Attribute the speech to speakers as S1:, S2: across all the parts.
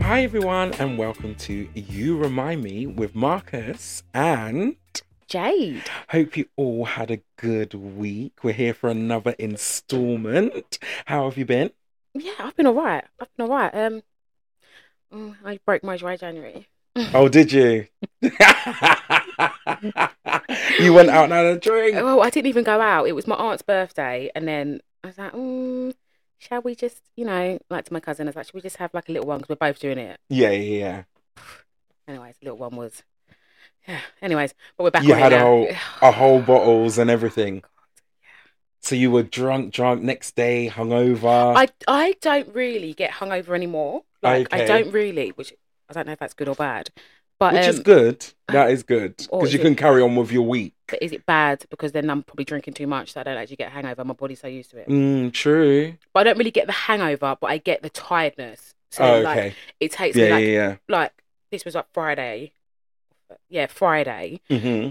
S1: Hi, everyone, and welcome to You Remind Me with Marcus and
S2: Jade.
S1: Hope you all had a good week. We're here for another installment. How have you been?
S2: Yeah, I've been all right. I've been all right. Um, mm, I broke my dry January.
S1: Oh, did you? you went out and had a drink.
S2: Well, Oh, I didn't even go out. It was my aunt's birthday, and then I was like, mm, shall we just, you know, like to my cousin, I was like, shall we just have like a little one because we're both doing it.
S1: Yeah, yeah, yeah.
S2: Anyways, little one was. Yeah. Anyways, but we're back.
S1: You
S2: on
S1: had
S2: it
S1: a
S2: now.
S1: whole- A whole bottles and everything. So you were drunk, drunk next day, hungover.
S2: I Oh, I don't really get hungover anymore. Like
S1: Okay.
S2: I don't really, which I don't know if that's good or bad. But
S1: Which
S2: um,
S1: is good. That is good
S2: Or
S1: because
S2: is
S1: you
S2: it-
S1: can carry on with your week.
S2: But is it bad because then I'm probably drinking too much, so I don't actually get a hangover. My body's so used to it.
S1: Mm, true.
S2: but I don't really get the hangover, but I get the tiredness. So
S1: Oh,
S2: like
S1: okay.
S2: it takes
S1: Yeah,
S2: me like
S1: yeah,
S2: like this was like Friday, yeah Friday,
S1: yeah. hmm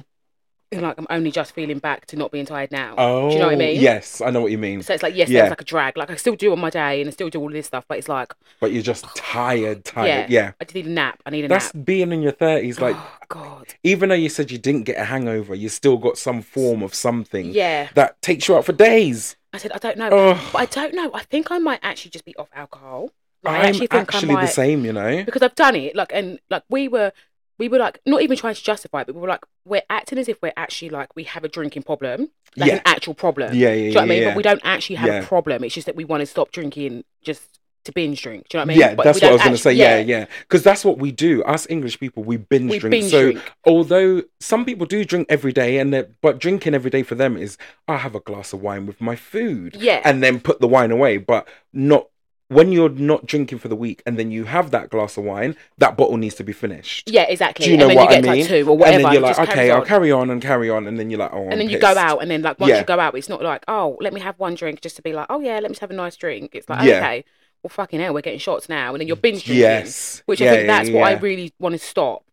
S2: and like I'm only just feeling back to not being tired now.
S1: Oh,
S2: do you know what I mean?
S1: Yes, I know what you mean.
S2: So it's like yes,
S1: Yeah.
S2: was like a drag. Like I still do on my day and I still do all this stuff, but it's like
S1: But you're just tired,
S2: yeah,
S1: tired. Yeah.
S2: I just need a nap. I need a
S1: That's
S2: nap.
S1: being in your 30s. Like,
S2: oh god,
S1: even though you said you didn't get a hangover, you still got some form of something
S2: yeah.
S1: that takes you out for days.
S2: I said I don't know,
S1: Oh,
S2: but I don't know. I think I might actually just be off alcohol. Like,
S1: I'm actually,
S2: might-
S1: the same, you know?
S2: because I've done it. Like, and like we were, we were like not even trying to justify it, but we were like we're acting as if we're actually like we have a drinking problem, like
S1: Yeah.
S2: an actual problem.
S1: Yeah, yeah,
S2: Do you
S1: yeah.
S2: know what I mean?
S1: yeah.
S2: But we don't actually have
S1: Yeah.
S2: a problem. It's just that we want to stop drinking just to binge drink. Do you know what I mean?
S1: yeah,
S2: But
S1: that's
S2: we
S1: what I
S2: don't
S1: was going to say.
S2: actually-
S1: Yeah, yeah. Because that's what we do. Us English people, we binge
S2: We
S1: drink.
S2: binge
S1: so,
S2: drink.
S1: although some people do drink every day, and they're- but drinking every day for them is, I have a glass of wine with my food.
S2: Yeah.
S1: and then put the wine away, but not when you're not drinking for the week and then you have that glass of wine, that bottle needs to be finished.
S2: yeah, exactly.
S1: Do you know
S2: and then
S1: what
S2: you
S1: I
S2: get
S1: mean?
S2: like two or
S1: and
S2: whatever.
S1: then you're
S2: it
S1: like,
S2: just
S1: okay,
S2: carries
S1: I'll
S2: on.
S1: carry on and carry on, and then you're like, oh, I'm
S2: and then you
S1: pissed.
S2: go out, and then like once
S1: Yeah.
S2: you go out, it's not like oh, let me have one drink just to be like oh yeah, let me just have a nice drink. It's like
S1: Yeah.
S2: okay, well fucking hell, we're getting shots now, and then you're binge drinking.
S1: Yes,
S2: which
S1: Yeah,
S2: I think
S1: yeah,
S2: that's what I
S1: yeah.
S2: really want to stop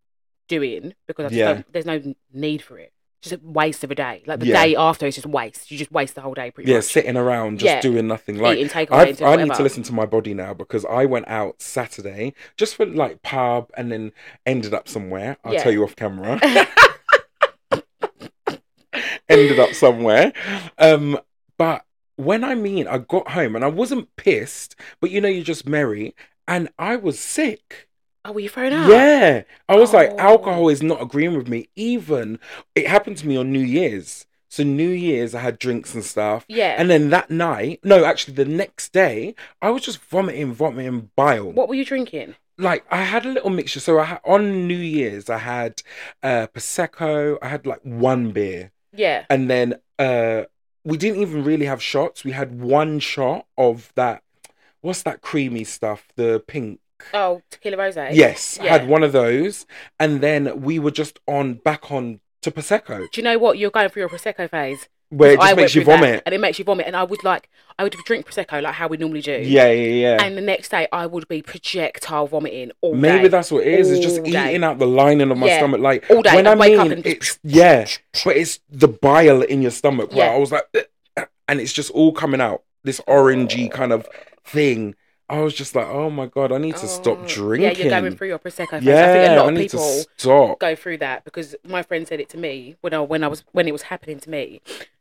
S2: doing because I just
S1: Yeah.
S2: don't, there's no n- need for it. It's just a waste of a day. Like the
S1: Yeah.
S2: day after is just waste. You just waste the whole day pretty
S1: yeah,
S2: much.
S1: sitting around just
S2: Yeah.
S1: doing nothing. Like
S2: Eating takeaways
S1: I've,
S2: or
S1: I need
S2: whatever.
S1: to listen to my body now because I went out Saturday just for like pub and then ended up somewhere. I'll
S2: Yeah.
S1: tell you off camera. ended up somewhere. Um, but when I mean I got home and I wasn't pissed, but you know, you're just merry. And I was sick.
S2: Oh, were you thrown out?
S1: Yeah. I was like,
S2: Oh.
S1: alcohol is not agreeing with me. Even it happened to me on New Year's. So New Year's I had drinks and stuff.
S2: Yeah.
S1: And then that night, no, actually the next day, I was just vomiting, vomiting bile.
S2: what were you drinking?
S1: Like I had a little mixture. So I ha- on New Year's I had uh prosecco. I had like one beer,
S2: Yeah.
S1: and then uh we didn't even really have shots. We had one shot of that. What's that creamy stuff? The pink.
S2: Oh, tequila rose.
S1: Yes,
S2: Yeah.
S1: had one of those, and then we were just on back on to prosecco,
S2: Do you know what? You're going through your prosecco phase.
S1: where it
S2: I
S1: just
S2: went
S1: makes you
S2: through that,
S1: vomit.
S2: and it makes you vomit. And I would like, I would drink prosecco like how we normally do.
S1: Yeah, yeah, yeah.
S2: And the next day, I would be projectile vomiting all
S1: Maybe
S2: day.
S1: that's what it is. It's just
S2: All day.
S1: eating out the lining of my
S2: Yeah.
S1: stomach. Like
S2: All day.
S1: when I
S2: I'd wake up
S1: mean,
S2: and
S1: it's
S2: just-
S1: yeah, but it's the bile in your stomach. Where
S2: Yeah.
S1: I was like, and it's just all coming out. This orangey kind of thing. I was just like, oh my god, I need to
S2: Oh,
S1: stop
S2: Yeah,
S1: drinking.
S2: you're going through your prosecco phase. I think a
S1: Yeah,
S2: lot
S1: I
S2: of
S1: need
S2: people.
S1: to stop.
S2: go through that because my friend said it to me when I when I was when it was happening to me,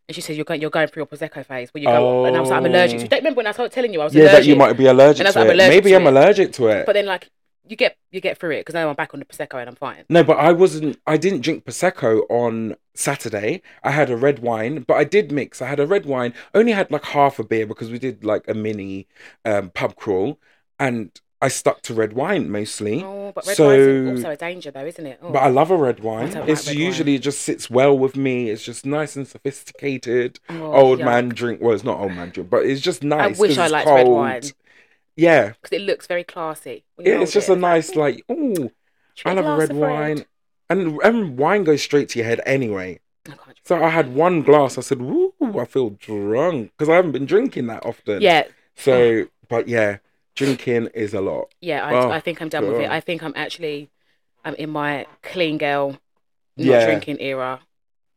S2: and she said you're going you're going through your prosecco phase where you go and I was like I'm allergic.
S1: Oh.
S2: to it." Don't remember when I started telling you I was
S1: Yeah,
S2: allergic.
S1: that you might be allergic
S2: And I was
S1: to
S2: like,
S1: it.
S2: I'm allergic
S1: Maybe
S2: to
S1: I'm
S2: it.
S1: allergic to it.
S2: But then like you get you get through it because now I'm back on the prosecco and I'm fine.
S1: No, but I wasn't. I didn't drink prosecco on Saturday. I had a red wine, but I did mix. I had a red wine. Only had like half a beer because we did like a mini um, pub crawl, and I stuck to red wine mostly.
S2: Oh, but red
S1: Mm-hmm. So-
S2: wine's also a danger though, isn't it? Oh.
S1: But I love a red wine.
S2: don't like
S1: It's
S2: red
S1: usually it just sits well with me. It's just nice and sophisticated.
S2: Oh,
S1: old
S2: yuck.
S1: man drink. Well, it's not old man drink, but it's just
S2: I
S1: nice.
S2: wish
S1: 'cause
S2: I
S1: it's
S2: liked red
S1: cold.
S2: wine
S1: Yeah,
S2: because it looks very classy. When you
S1: it's
S2: hold
S1: just
S2: it.
S1: a nice like. Ooh,
S2: Should we
S1: I love a
S2: glass
S1: red
S2: of
S1: wine, and and wine goes straight to your head anyway.
S2: I can't drink.
S1: So I had one glass. I said, "Woo, I feel drunk because I haven't been drinking that often."
S2: Yeah,
S1: So, but yeah, drinking is a lot.
S2: yeah. I,
S1: Oh,
S2: I think I'm done with it.
S1: God.
S2: I think I'm actually I'm in my clean girl not
S1: Yeah.
S2: drinking era.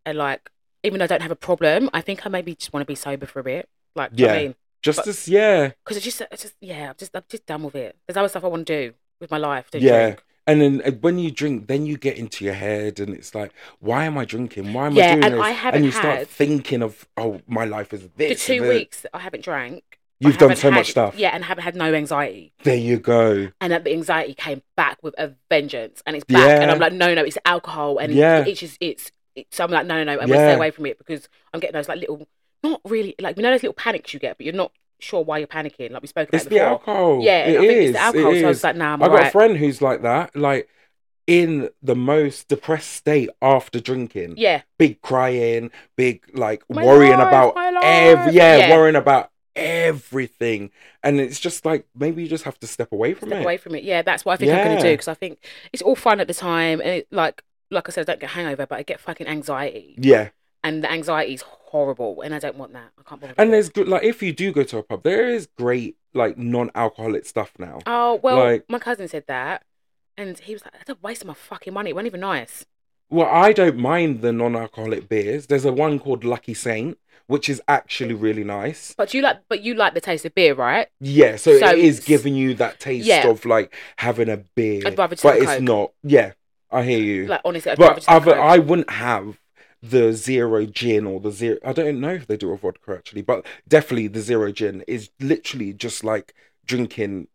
S2: And like, even though I don't have a problem, I think I maybe just want to be sober for a bit. Like, do you know what
S1: Yeah.
S2: I mean,
S1: Just
S2: But-
S1: this, yeah,
S2: because it's just, it's just, yeah, I'm just, I'm just done with it. There's other stuff I want to do. with my life to
S1: Yeah.
S2: drink.
S1: And then uh, when you drink, then you get into your head, and it's like, why am I drinking? Why am I
S2: Yeah,
S1: doing
S2: and
S1: this?
S2: I haven't
S1: and you start
S2: had-
S1: thinking of, oh, my life is
S2: For
S1: this.
S2: two
S1: this."
S2: weeks, I haven't drank. I
S1: You've done
S2: haven't
S1: so much
S2: had-
S1: stuff.
S2: Yeah, and haven't had no anxiety.
S1: There you go.
S2: And that the anxiety came back with a vengeance, and it's back. And I'm
S1: Yeah.
S2: like, no, no, it's alcohol, and
S1: Yeah.
S2: it's just it's. it's so I'm like, no, no, no, I'm gonna stay
S1: Yeah.
S2: away from it because I'm getting those like little, not really like you know those little panics you get, but you're not sure why you're panicking. Like we spoke about
S1: It's the
S2: before.
S1: alcohol.
S2: Yeah,
S1: it
S2: I think it's
S1: is,
S2: the alcohol.
S1: it
S2: so I
S1: is.
S2: was like, nah, I'm
S1: I got
S2: alright.
S1: a friend who's like that, like in the most depressed state after drinking.
S2: Yeah,
S1: Big crying, big like
S2: My
S1: worrying
S2: life,
S1: about
S2: my
S1: every
S2: life.
S1: yeah,
S2: Yeah.
S1: worrying about everything. And it's just like maybe you just have to step away from
S2: step
S1: it.
S2: away from it. Yeah, that's what I think I'm gonna do
S1: Yeah.
S2: because I think it's all fun at the time, and it, like like I said, I don't get hangover, but I get fucking anxiety,
S1: Yeah.
S2: and the anxiety is horrible, and I don't want that. I can't bother.
S1: And
S2: with it.
S1: there's good like if you do go to a pub, there is great like non alcoholic stuff now.
S2: oh well,
S1: like-
S2: my cousin said that, and he was like, "That's a waste of my fucking money. It wasn't even nice."
S1: Well, I don't mind the non alcoholic beers. There's a one called Lucky Saint, which is actually really nice.
S2: But you like, but you like the taste of beer, right?
S1: Yeah, so,
S2: So
S1: it is
S2: it's-
S1: giving you that taste
S2: Yeah.
S1: of like having a beer,
S2: I'd rather just
S1: but
S2: have a
S1: it's
S2: Coke.
S1: not. Yeah, I hear you.
S2: Like honestly, I'd rather
S1: but
S2: just have a
S1: other,
S2: Coke.
S1: uh, I wouldn't have the zero gin or the zero. I don't know if they do a vodka actually, but definitely the zero gin is literally just like drinking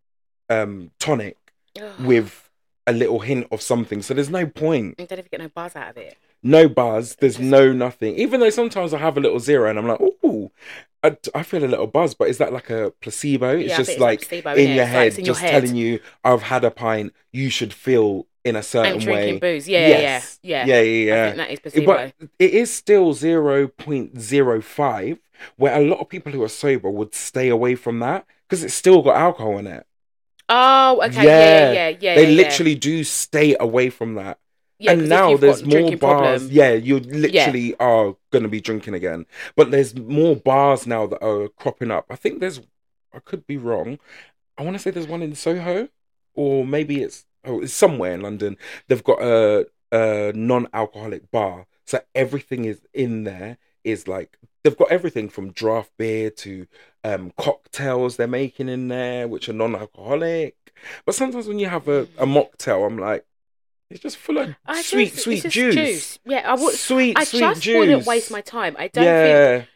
S1: um tonic
S2: Ugh,
S1: with a little hint of something. So there's no point,
S2: I don't even get no buzz out of it.
S1: no buzz. There's no nothing. Even though sometimes I have a little zero and I'm like, ooh. I, I feel a little buzz, but is that like a placebo? It's
S2: yeah, I
S1: just
S2: think
S1: like
S2: it's placebo,
S1: in
S2: innit?
S1: your
S2: It's like
S1: head,
S2: it's in your
S1: just
S2: head.
S1: telling you, I've had a pint. You should feel in a certain
S2: I'm drinking
S1: way.
S2: booze. Yeah,
S1: Yes.
S2: yeah, yeah,
S1: yeah,
S2: I
S1: yeah,
S2: think that is
S1: yeah.
S2: placebo.
S1: But it is still zero point zero five, where a lot of people who are sober would stay away from that because it's still got alcohol in it.
S2: Oh, okay. Yeah, yeah, yeah, yeah.
S1: they
S2: yeah, yeah.
S1: literally do stay away from that.
S2: Yeah, 'cause
S1: and
S2: if
S1: now
S2: you've
S1: there's
S2: got a
S1: more
S2: drinking
S1: bars.
S2: problem-
S1: Yeah, you literally are going to be drinking again. But there's more bars now that are cropping up. I think there's, I could be wrong. I want to say there's one in Soho, or maybe it's oh, it's somewhere in London. They've got a, a non-alcoholic bar, so everything is in there. Is like they've got everything from draft beer to um, cocktails they're making in there, which are non-alcoholic. But sometimes when you have a, a mocktail, I'm like, it's just full of
S2: I just-
S1: sweet,
S2: it's
S1: sweet
S2: just
S1: juice.
S2: Yeah, I would.
S1: sweet,
S2: I
S1: sweet
S2: just
S1: juice.
S2: wouldn't waste my time. I don't think.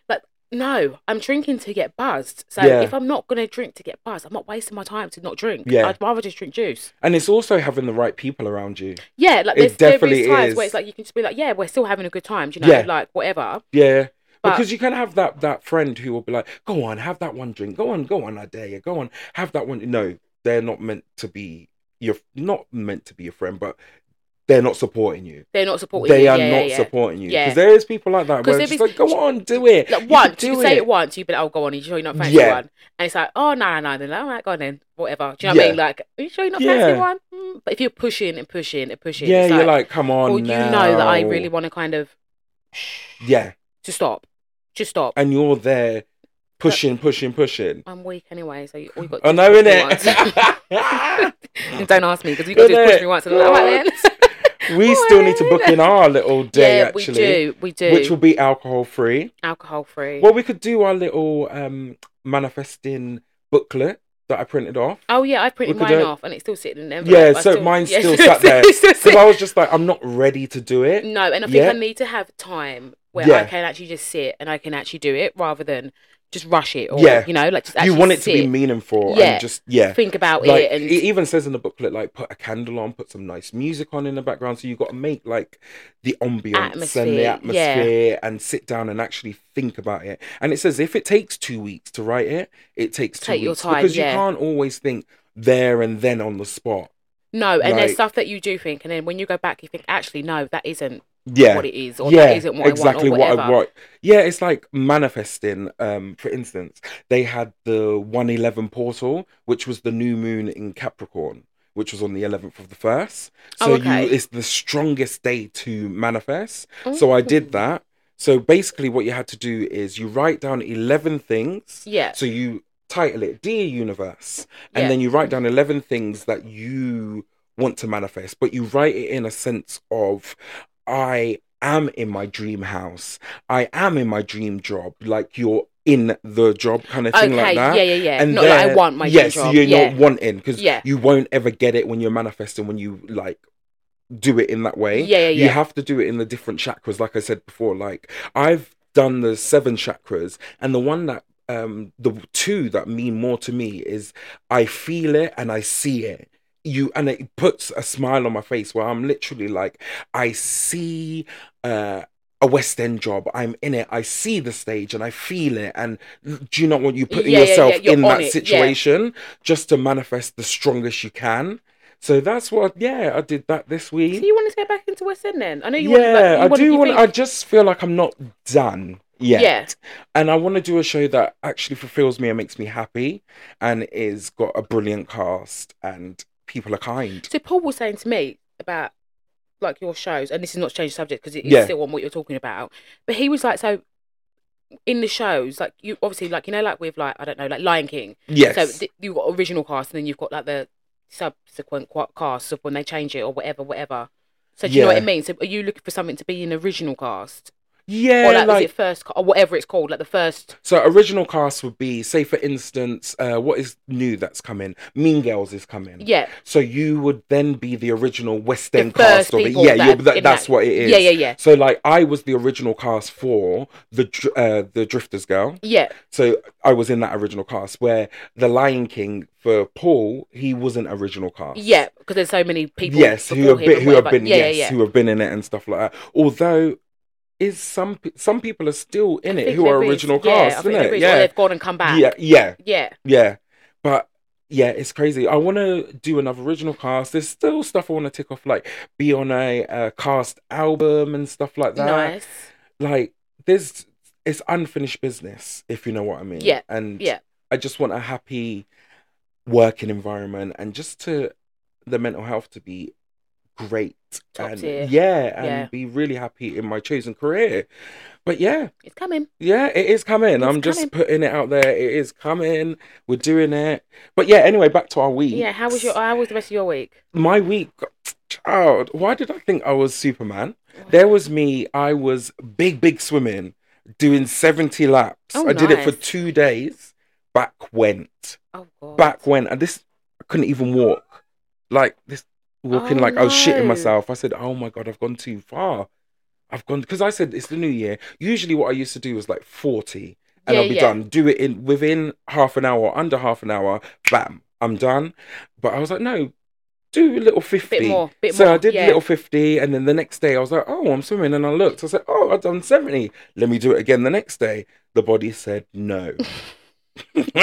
S1: yeah,
S2: No, I'm drinking to get buzzed. So
S1: Yeah.
S2: if I'm not gonna drink to get buzzed, I'm not wasting my time to not drink.
S1: Yeah.
S2: I'd rather just drink juice.
S1: and it's also having the right people around you.
S2: Yeah, like
S1: It
S2: there's there is
S1: definitely
S2: times where
S1: is.
S2: it's like you can just be like, yeah, we're still having a good time. do You know,
S1: Yeah.
S2: like whatever.
S1: Yeah.
S2: But-
S1: because you can have that that friend who will be like, "Go on, have that one drink. Go on, go on, I dare you. Go on, have that one." No, they're not meant to be your not meant to be your friend, but they're not supporting you.
S2: They're not supporting.
S1: They
S2: you.
S1: are
S2: yeah,
S1: not
S2: yeah.
S1: supporting you because
S2: Yeah.
S1: there is people like that
S2: 'Cause
S1: where
S2: if
S1: it's just
S2: it's-
S1: like, "Go on, do it."
S2: Like
S1: You can
S2: once,
S1: do
S2: you can say
S1: it.
S2: it once, you'd be like, "Oh, go on." Are you sure you're not fancy
S1: Yeah.
S2: one? And it's like, "Oh, no, no, no." They're like, "All right, go on then, whatever." Do you know what I
S1: Yeah.
S2: mean? Like, are you sure you're not fancy
S1: Yeah.
S2: one? Mm. But if you're pushing and pushing and pushing,
S1: Yeah,
S2: it's
S1: you're
S2: like,
S1: like, "Oh, "Come on
S2: well, you know that I really
S1: now."
S2: want to kind of
S1: Yeah,
S2: just stop, just stop.
S1: and you're there pushing, pushing, pushing. Oh,
S2: I'm weak anyway, so you, all you got. To
S1: I
S2: do
S1: know,
S2: is push me
S1: innit?
S2: once. don't ask me because you got to do is
S1: Innit?
S2: push me once. And I'm like, all right then.
S1: we still need to book in our little day,
S2: yeah,
S1: actually.
S2: we do, we do.
S1: Which will be alcohol free.
S2: alcohol free?
S1: Well, we could do our little um, manifesting booklet that I printed off.
S2: oh yeah, I printed
S1: we could
S2: mine
S1: do-
S2: off and it's still sitting in there.
S1: Yeah, so mine's still sat there. Because I was just like, I'm not ready to do it.
S2: No, and I think
S1: Yeah.
S2: I need to have time where I
S1: Yeah.
S2: can actually just sit and I can actually do it rather than just rush it or
S1: Yeah.
S2: you know, like just
S1: You
S2: actually
S1: want it to be
S2: sit,
S1: meaningful
S2: Yeah.
S1: and just, yeah.
S2: think about
S1: Like,
S2: it and
S1: it even says in the booklet, like, put a candle on, put some nice music on in the background. So you got to make, like, the ambience and
S2: Atmosphere,
S1: the
S2: yeah.
S1: atmosphere and sit down and actually think about it. And it says if it takes two weeks to write it, it takes two
S2: Take your
S1: weeks.
S2: time,
S1: because
S2: yeah.
S1: you can't always think there and then on the spot.
S2: no, and there's
S1: like-
S2: stuff that you do think and then when you go back you think, actually no, that isn't
S1: Yeah.
S2: what it is or
S1: yeah,
S2: that isn't what
S1: exactly
S2: I want or
S1: what
S2: whatever.
S1: I want. Yeah, it's like manifesting. Um, for instance, they had the one eleven portal, which was the new moon in Capricorn, which was on the eleventh of the first.
S2: Oh,
S1: So
S2: okay.
S1: you, it's the strongest day to manifest. So I did
S2: Oh.
S1: that. So basically, what you had to do is you write down eleven things.
S2: Yeah.
S1: So you title it "Dear Universe," and
S2: Yeah.
S1: then you write down eleven things that you want to manifest, but you write it in a sense of I am in my dream house. I am in my dream job. Like you're in the job kind of thing
S2: okay,
S1: like that.
S2: yeah, yeah, yeah.
S1: And
S2: not like I
S1: then-
S2: want my dream
S1: yes,
S2: job.
S1: you're
S2: yeah.
S1: not wanting because
S2: Yeah.
S1: you won't ever get it when you're manifesting when you like do it in that way.
S2: Yeah, yeah,
S1: You
S2: yeah.
S1: have to do it in the different chakras, like I said before. Like I've done the seven chakras, and the one that um the two that mean more to me is I feel it and I see it. You and it puts a smile on my face where I'm literally like, I see uh a West End job. I'm in it. I see the stage and I feel it. And do you know what you put
S2: Yeah, yeah, yeah,
S1: yourself
S2: you're
S1: in
S2: on
S1: that
S2: it, yeah.
S1: situation just to manifest the strongest you can? So that's what, yeah, I did that this
S2: So
S1: week.
S2: you want to go back into West End then? I know you want.
S1: yeah,
S2: Like, you
S1: I do want.
S2: want.
S1: I just feel like I'm not done yet,
S2: Yeah.
S1: and I want to do a show that actually fulfills me and makes me happy, and is got a brilliant cast and people are kind.
S2: So Paul was saying to me about like your shows, and this is not change subject because it is
S1: Yeah.
S2: still on what you're talking about. But he was like, so in the shows, like you obviously like you know like with like I don't know like Lion King.
S1: Yes,
S2: So th- you've got original cast, and then you've got like the subsequent qu- cast of when they change it or whatever, whatever. So do you know what I
S1: Yeah.
S2: mean? So are you looking for something to be in original cast,
S1: yeah,
S2: or like,
S1: like
S2: is it first ca- or whatever it's called, like the first?
S1: So original cast would be, say for instance, uh, what is new that's coming? Mean Girls is coming.
S2: Yeah,
S1: So you would then be the original West
S2: The
S1: End cast
S2: first
S1: of it.
S2: people
S1: Yeah,
S2: that
S1: you're,
S2: are
S1: that,
S2: in
S1: that's
S2: that-
S1: what it is.
S2: yeah, yeah, yeah,
S1: So like I was the original cast for the Dr- uh, the Drifters girl.
S2: yeah.
S1: So I was in that original cast where the Lion King for Paul he wasn't original cast.
S2: Yeah, because there's so many people.
S1: yes, who
S2: before
S1: have
S2: him
S1: been
S2: and
S1: who have
S2: whatever.
S1: been
S2: Yeah, yeah,
S1: yes
S2: yeah.
S1: who have been in it and stuff like that. Although is some pe- some people are still in it
S2: think
S1: who are
S2: there is-
S1: original
S2: yeah, I
S1: cast,
S2: think
S1: isn't
S2: there
S1: it?
S2: is, or they've gone and come back.
S1: yeah, yeah.
S2: yeah.
S1: Yeah, but yeah, it's crazy. I want to do another original cast. There's still stuff I want to tick off, like be on a uh, cast album and stuff like that.
S2: nice.
S1: Like there's it's unfinished business, if you know what I mean.
S2: Yeah,
S1: and
S2: yeah.
S1: I just want a happy working environment and just to the mental health to be great
S2: Top
S1: and
S2: tier.
S1: yeah, and
S2: Yeah.
S1: be really happy in my chosen career. But yeah,
S2: It's coming.
S1: yeah, it is coming.
S2: It's
S1: I'm just
S2: coming.
S1: putting it out there. It is coming. We're doing it. But yeah, anyway, back to our week.
S2: Yeah. How was your? How was the rest of your week?
S1: my week? Child, why did I think I was Superman? There
S2: Oh,
S1: was me. I was big, big swimming, doing 70 laps.
S2: Oh,
S1: I did it for
S2: nice.
S1: two days. Back went.
S2: Oh God.
S1: Back went. And this, I couldn't even walk. Like this, walking
S2: Oh,
S1: like I was shitting
S2: no.
S1: myself. I said, "Oh my god, I've gone too far." I've gone because I said it's the new year. Usually, what I used to do was like 40 and
S2: yeah,
S1: I'll be
S2: yeah.
S1: done. Do it in within half an hour, under half an hour, bam, I'm done. But I was like, no, do a little
S2: A
S1: 50.
S2: bit more. Bit
S1: so
S2: more.
S1: I did a
S2: yeah.
S1: little 50, and then the next day I was like, oh, I'm swimming. And I looked, I said, oh, I've done 70. Let me do it again the next day. The body said no.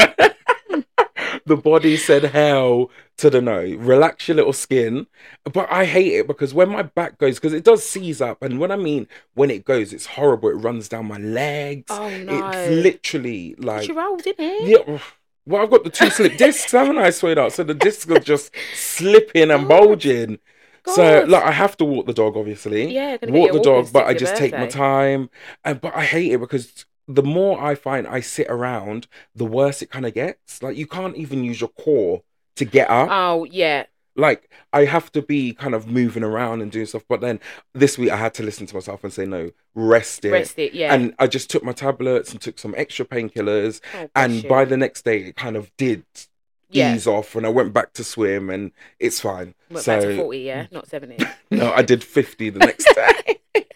S1: the body said hell to the no. Relax your little skin. But I hate it because when my back goes, because it does seize up. And when I mean when it goes, it's horrible. It runs down my legs.
S2: Oh no.
S1: It's literally like
S2: you rolled, didn't it?
S1: yeah. ugh. Well, I've got the two slip discs, haven't I? Swear out. So the discs are just slipping and
S2: God.
S1: bulging. So
S2: God.
S1: like, I have to walk the dog, obviously.
S2: Yeah. gonna get
S1: walk
S2: your
S1: the
S2: walking
S1: dog, but
S2: stick
S1: I
S2: for
S1: just
S2: your
S1: take my
S2: birthday.
S1: time. And but I hate it because the more I find I sit around, the worse it kind of gets. Like you can't even use your core to get up
S2: Oh yeah.
S1: like I have to be kind of moving around and doing stuff. But then this week I had to listen to myself and say no, rest it.
S2: Rest it. Yeah.
S1: And I just took my tablets and took some extra painkillers.
S2: Oh, bless
S1: And
S2: you.
S1: by the next day, it kind of did
S2: yeah.
S1: ease off, and I went back to swim, and it's fine.
S2: Went back to
S1: so
S2: forty. Yeah. Not seventy.
S1: no, I did fifty the next day.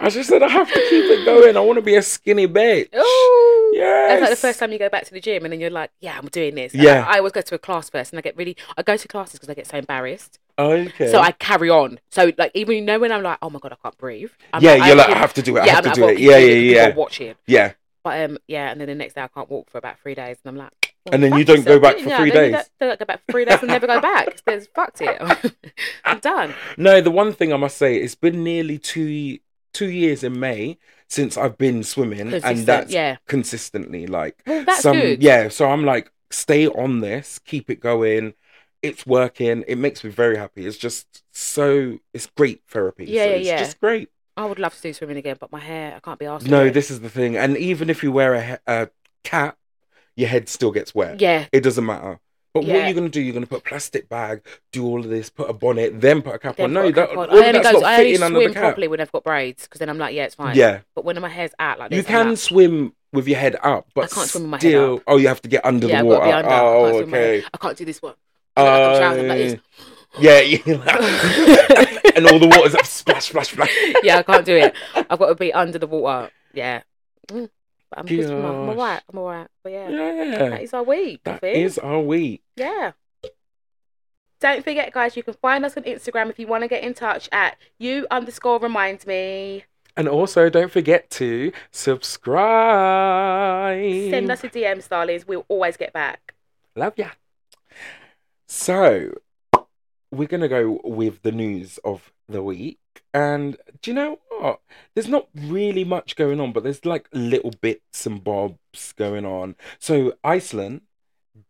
S1: I just said I have to keep it going. I want to be a skinny bitch.
S2: Oh. That's
S1: Yes.
S2: like the first time you go back to the gym, and then you're like, "Yeah, I'm doing this."
S1: Yeah.
S2: I, I always go to a class first, and I get really. I go to classes because I get so embarrassed.
S1: Okay.
S2: So I carry on. So like even you know when I'm like, oh my god, I can't breathe. I'm
S1: yeah,
S2: I
S1: you're like, I
S2: can-
S1: have to do it. I
S2: yeah,
S1: have
S2: I'm
S1: to
S2: like,
S1: do
S2: I've
S1: it.
S2: got
S1: Yeah,
S2: keep
S1: yeah,
S2: keep
S1: yeah,
S2: on Watching,
S1: yeah.
S2: but um, yeah, and then the next day I can't walk for about three days, and I'm like,
S1: And then
S2: well,
S1: you
S2: fuck
S1: don't go
S2: yourself,
S1: back
S2: didn't
S1: for
S2: you?
S1: three
S2: Then you
S1: days.
S2: Don't, don't go back for three days and never go back. There's fucked it. I'm done.
S1: No, the one thing I must say, it's been nearly two two years in May since I've been swimming, and
S2: Consistent,
S1: that's
S2: yeah.
S1: consistently like
S2: Well, that's
S1: some
S2: good.
S1: yeah. So I'm like, stay on this, keep it going. It's working. It makes me very happy. It's just so it's great therapy.
S2: Yeah,
S1: so
S2: yeah,
S1: it's
S2: yeah.
S1: just great.
S2: I would love to do swimming again, but my hair, I can't be asked.
S1: No, this is the thing, and even if you wear a, he- a cap, your head still gets wet.
S2: Yeah,
S1: It doesn't matter. But what
S2: Yeah.
S1: are you gonna do? You're gonna put a plastic bag, do all of this, put a bonnet, then put a cap
S2: then
S1: on.
S2: put
S1: No,
S2: a
S1: that
S2: cap on.
S1: all
S2: I
S1: of
S2: only
S1: that's
S2: go.
S1: not
S2: I only
S1: fitting under
S2: swim
S1: the cap.
S2: properly when I've got braids, because then I'm like, yeah, it's fine.
S1: Yeah,
S2: But when my hair's out like
S1: you
S2: this, I'm
S1: can
S2: like,
S1: swim with your head up, but
S2: can't swim with my head
S1: still,
S2: up.
S1: oh, you have to get under
S2: yeah,
S1: the
S2: I've got
S1: water.
S2: to be under. I,
S1: Oh,
S2: can't swim with my
S1: okay.
S2: head. I can't do this one. I look like I'm drowning, like
S1: Uh,
S2: this.
S1: yeah, you- and all the water's up, splash, splash, splash.
S2: yeah, I can't do it. I've got to be under the water. Yeah. Mm. But I'm, just, I'm
S1: Gosh.
S2: alright. I'm alright. But yeah. That
S1: Yeah,
S2: is our week. I
S1: that
S2: think.
S1: is our week.
S2: Yeah. Don't forget, guys, you can find us on Instagram if you want to get in touch at you underscore remind me.
S1: And also, don't forget to subscribe.
S2: Send us a DM, starlings. We'll always get back.
S1: Love ya. So, we're going to go with the news of the week. And do you know what? There's not really much going on, but there's like little bits and bobs going on. So, Iceland,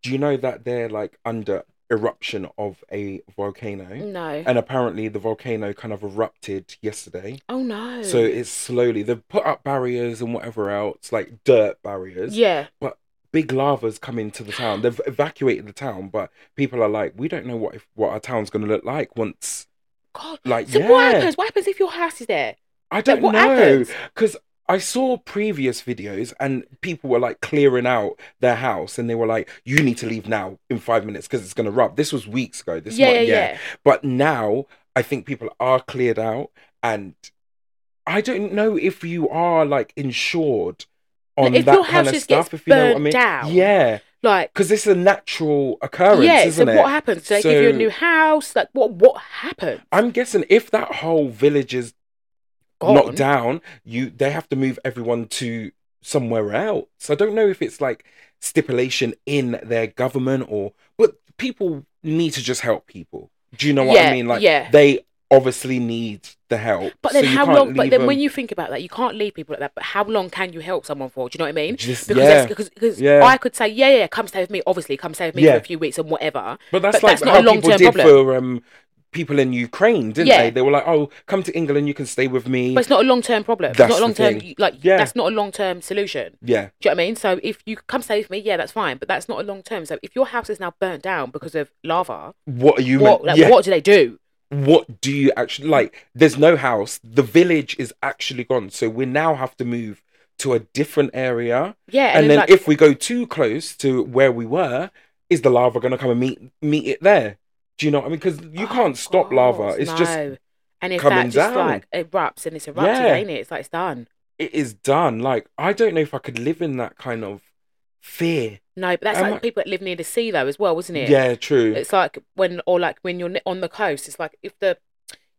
S1: do you know that they're like under eruption of a volcano?
S2: No.
S1: And apparently, the volcano kind of erupted yesterday.
S2: Oh no.
S1: So, it's slowly, they've put up barriers and whatever else, like dirt barriers
S2: yeah.
S1: big lava's come into the town. They've evacuated the town, but people are like, we don't know what if, what our town's going to look like once.
S2: God.
S1: Like,
S2: So what
S1: yeah,
S2: happens? What happens if your house is there?
S1: I
S2: Like,
S1: don't
S2: what
S1: know
S2: happens?
S1: because I saw previous videos and people were like clearing out their house and they were like, you need to leave now in five minutes because it's going to rub. This was weeks ago. This
S2: yeah,
S1: month,
S2: yeah,
S1: yeah.
S2: yeah.
S1: But now I think people are cleared out and I don't know if you are like insured on
S2: Like, if
S1: that
S2: your
S1: kind
S2: house
S1: of
S2: just
S1: stuff.
S2: gets
S1: If you know what I
S2: burnt
S1: mean,
S2: down,
S1: yeah.
S2: Like,
S1: Because it's a natural occurrence,
S2: yeah. So
S1: isn't it?
S2: what happens? Do they give you a
S1: So-
S2: new house? Like, what? What happens?
S1: I'm guessing if that whole village is
S2: Gone.
S1: knocked down, you they have to move everyone to somewhere else. I don't know if it's like stipulation in their government or but people need to just help people. Do you know what
S2: Yeah,
S1: I mean? Like
S2: yeah.
S1: they obviously need the help.
S2: But then
S1: so you
S2: how
S1: can't
S2: long? But
S1: leave
S2: then
S1: them
S2: when you think about that, you can't leave people like that. But how long can you help someone for? Do you know what I mean?
S1: just,
S2: Because
S1: yeah.
S2: that's because because
S1: Yeah.
S2: I could say yeah yeah come stay with me obviously come stay with me
S1: Yeah.
S2: for a few weeks and whatever.
S1: But that's
S2: But
S1: like
S2: that's not
S1: how
S2: a
S1: people
S2: long-term
S1: did
S2: problem.
S1: for um people in Ukraine, didn't
S2: Yeah.
S1: they? They were like, "Oh, come to England, you can stay with me."
S2: But it's not a long term problem.
S1: That's the
S2: it's not a long term
S1: thing.
S2: like
S1: Yeah.
S2: that's not a long term solution.
S1: yeah.
S2: Do you know what I mean? So if you come stay with me, yeah, that's fine. But that's not a long term. So if your house is now burnt down because of lava,
S1: What are you meant-
S2: what like,
S1: yeah.
S2: what do they do?
S1: what do you actually like? There's no house. The village is actually gone. So we now have to move to a different area.
S2: Yeah,
S1: And,
S2: and,
S1: then
S2: like,
S1: if we go too close to where we were, is the lava going to come and meet meet it there? Do you know what I mean? Because you
S2: Oh,
S1: can't stop lava.
S2: God,
S1: It's just
S2: no. and if
S1: coming
S2: that just
S1: down.
S2: like erupts and it's erupted,
S1: Yeah.
S2: ain't it? It's like it's done.
S1: it is done. Like I don't know if I could live in that kind of fear.
S2: No, but that's
S1: Am
S2: like
S1: I-
S2: the people that live near the sea though as well, wasn't it?
S1: Yeah, true.
S2: It's like when, or like when you're ne- on the coast. It's like if the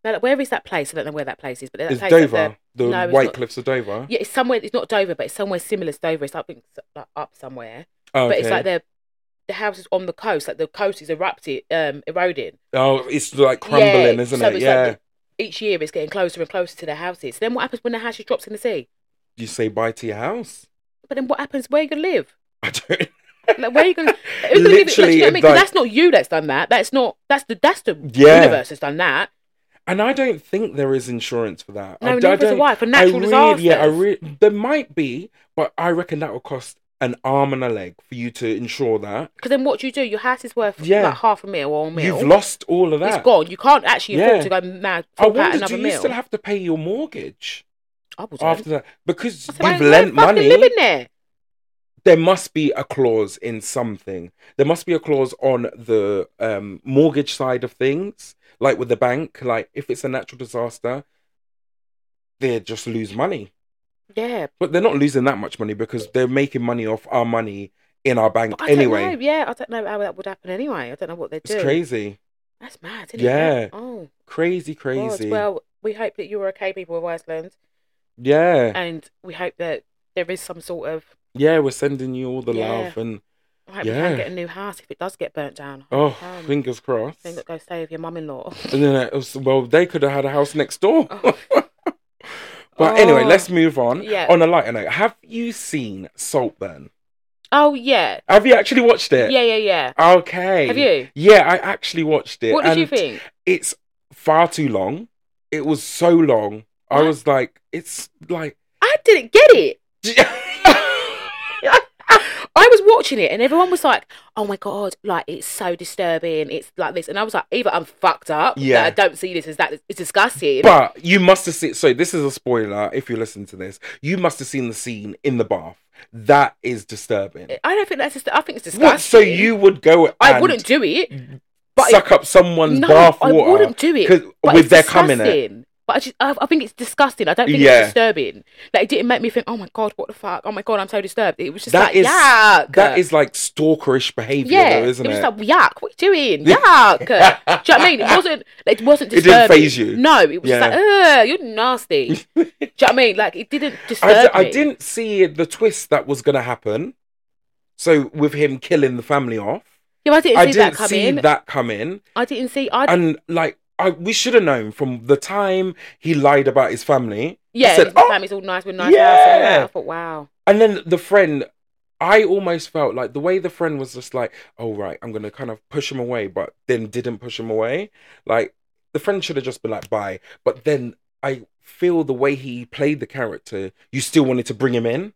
S2: no, like, where is that place? I don't know where that place is, but that
S1: It's
S2: place that
S1: Dover, the
S2: no, it's
S1: White
S2: not-
S1: Cliffs of Dover.
S2: the- yeah, it's somewhere. It's not Dover, but it's somewhere similar to Dover. It's like, I think it's, like up somewhere,
S1: Okay.
S2: but it's like the the house is on the coast. Like the coast is erupted, um, eroding,
S1: oh, it's like
S2: Yeah,
S1: crumbling, isn't
S2: so
S1: it?
S2: it's like
S1: Yeah.
S2: the- each year it's getting closer and closer to the houses. Then what happens when the house just drops in the sea?
S1: You say bye to your house.
S2: But then what happens? Where are you gonna live?
S1: I don't
S2: Like where are you gonna? who's gonna live- like, do you know
S1: Literally,
S2: what I mean? 'Cause
S1: like-
S2: that's not you that's done that. That's not. That's the. That's the
S1: Yeah.
S2: universe that's done that.
S1: And I don't think there is insurance for that.
S2: No,
S1: I,
S2: neither
S1: I
S2: is a
S1: don't-
S2: wife for
S1: I
S2: natural
S1: really- Yeah, I
S2: disasters.
S1: re- there might be, but I reckon that will cost an arm and a leg for you to insure that.
S2: Because then what do you do? Your house is worth
S1: Yeah.
S2: like half a meal or a meal.
S1: You've lost all of that.
S2: It's gone. You can't actually
S1: Yeah.
S2: afford to go mad
S1: I
S2: fork out
S1: wonder,
S2: another
S1: do you
S2: meal.
S1: still have to pay your mortgage
S2: I would
S1: after that? Because
S2: I
S1: you've lent money.
S2: living there.
S1: There must be a clause in something. There must be a clause on the um, mortgage side of things, like with the bank. Like if it's a natural disaster, they just lose money.
S2: Yeah.
S1: But they're not losing that much money because they're making money off our money in our bank
S2: But I
S1: anyway.
S2: don't know. Yeah, I don't know how that would happen anyway. I don't know what they
S1: It's
S2: do.
S1: crazy.
S2: That's mad, isn't
S1: Yeah.
S2: it? Oh,
S1: Crazy,
S2: God.
S1: crazy.
S2: Well, we hope that you're okay, people of Iceland,
S1: yeah.
S2: and we hope that there is some sort of.
S1: Yeah, we're sending you all the
S2: Yeah.
S1: love and
S2: I hope you
S1: Yeah.
S2: can get a new house if it does get burnt down.
S1: oh,
S2: Um,
S1: fingers crossed.
S2: Then go stay with your mum-in-law.
S1: And then it was- well, they could have had a house next door.
S2: Oh.
S1: But anyway,
S2: Oh.
S1: let's move on.
S2: Yeah.
S1: On a lighter note, have you seen Saltburn?
S2: Oh yeah,
S1: Have you actually watched
S2: yeah,
S1: it?
S2: yeah, yeah.
S1: Okay.
S2: Have you?
S1: Yeah, I actually watched it.
S2: What did you
S1: and
S2: think?
S1: it's far too long. It was so long. I
S2: What?
S1: was like, it's like
S2: I didn't get it. I was watching it, and everyone was like, "Oh my god, like it's so disturbing. It's like this," and I was like, "Either I'm fucked up,
S1: Yeah.
S2: that I don't see this as that. It's disgusting."
S1: But you must have seen. So this is a spoiler. If you listen to this, you must have seen the scene in the bath. That is disturbing.
S2: I don't think that's. Just, I think it's disgusting.
S1: What? So you would go? And
S2: I wouldn't do it. But
S1: suck up someone's
S2: no,
S1: bath
S2: I
S1: water
S2: wouldn't do it.
S1: 'cause-
S2: But
S1: with
S2: it's
S1: their cum in it.
S2: disgusting. But I just, I, I think it's disgusting. I don't think
S1: Yeah.
S2: it's disturbing. Like it didn't make me think, oh my god, what the fuck? Oh my god, I'm so disturbed. It was just
S1: That
S2: like,
S1: is-
S2: yuck.
S1: That is like stalkerish behavior,
S2: yeah.
S1: though, isn't
S2: it was
S1: it?
S2: just like, yuck. What are you doing? Yuck. Do you know what I mean? It wasn't. It wasn't
S1: It didn't
S2: disturbing.
S1: faze you.
S2: No, it was just
S1: Yeah.
S2: like, ugh, you're nasty. Do you know what I mean? Like it didn't disturb
S1: I, d- I
S2: me.
S1: didn't see the twist that was going to happen. So with him killing the family off,
S2: Yeah, I didn't see
S1: I didn't
S2: that come
S1: see
S2: in.
S1: that come in,
S2: I didn't see. I
S1: and like I, we should have known from the time he lied about his family,
S2: yeah.
S1: said,
S2: his
S1: "Oh,
S2: family's all nice with nice house and all that."
S1: yeah.
S2: I thought, wow.
S1: and then the friend. I almost felt like the way the friend was just like, "Oh right, I'm gonna kind of push him away," but then didn't push him away. Like the friend should have just been like, "Bye," but then I feel the way he played the character, you still wanted to bring him in.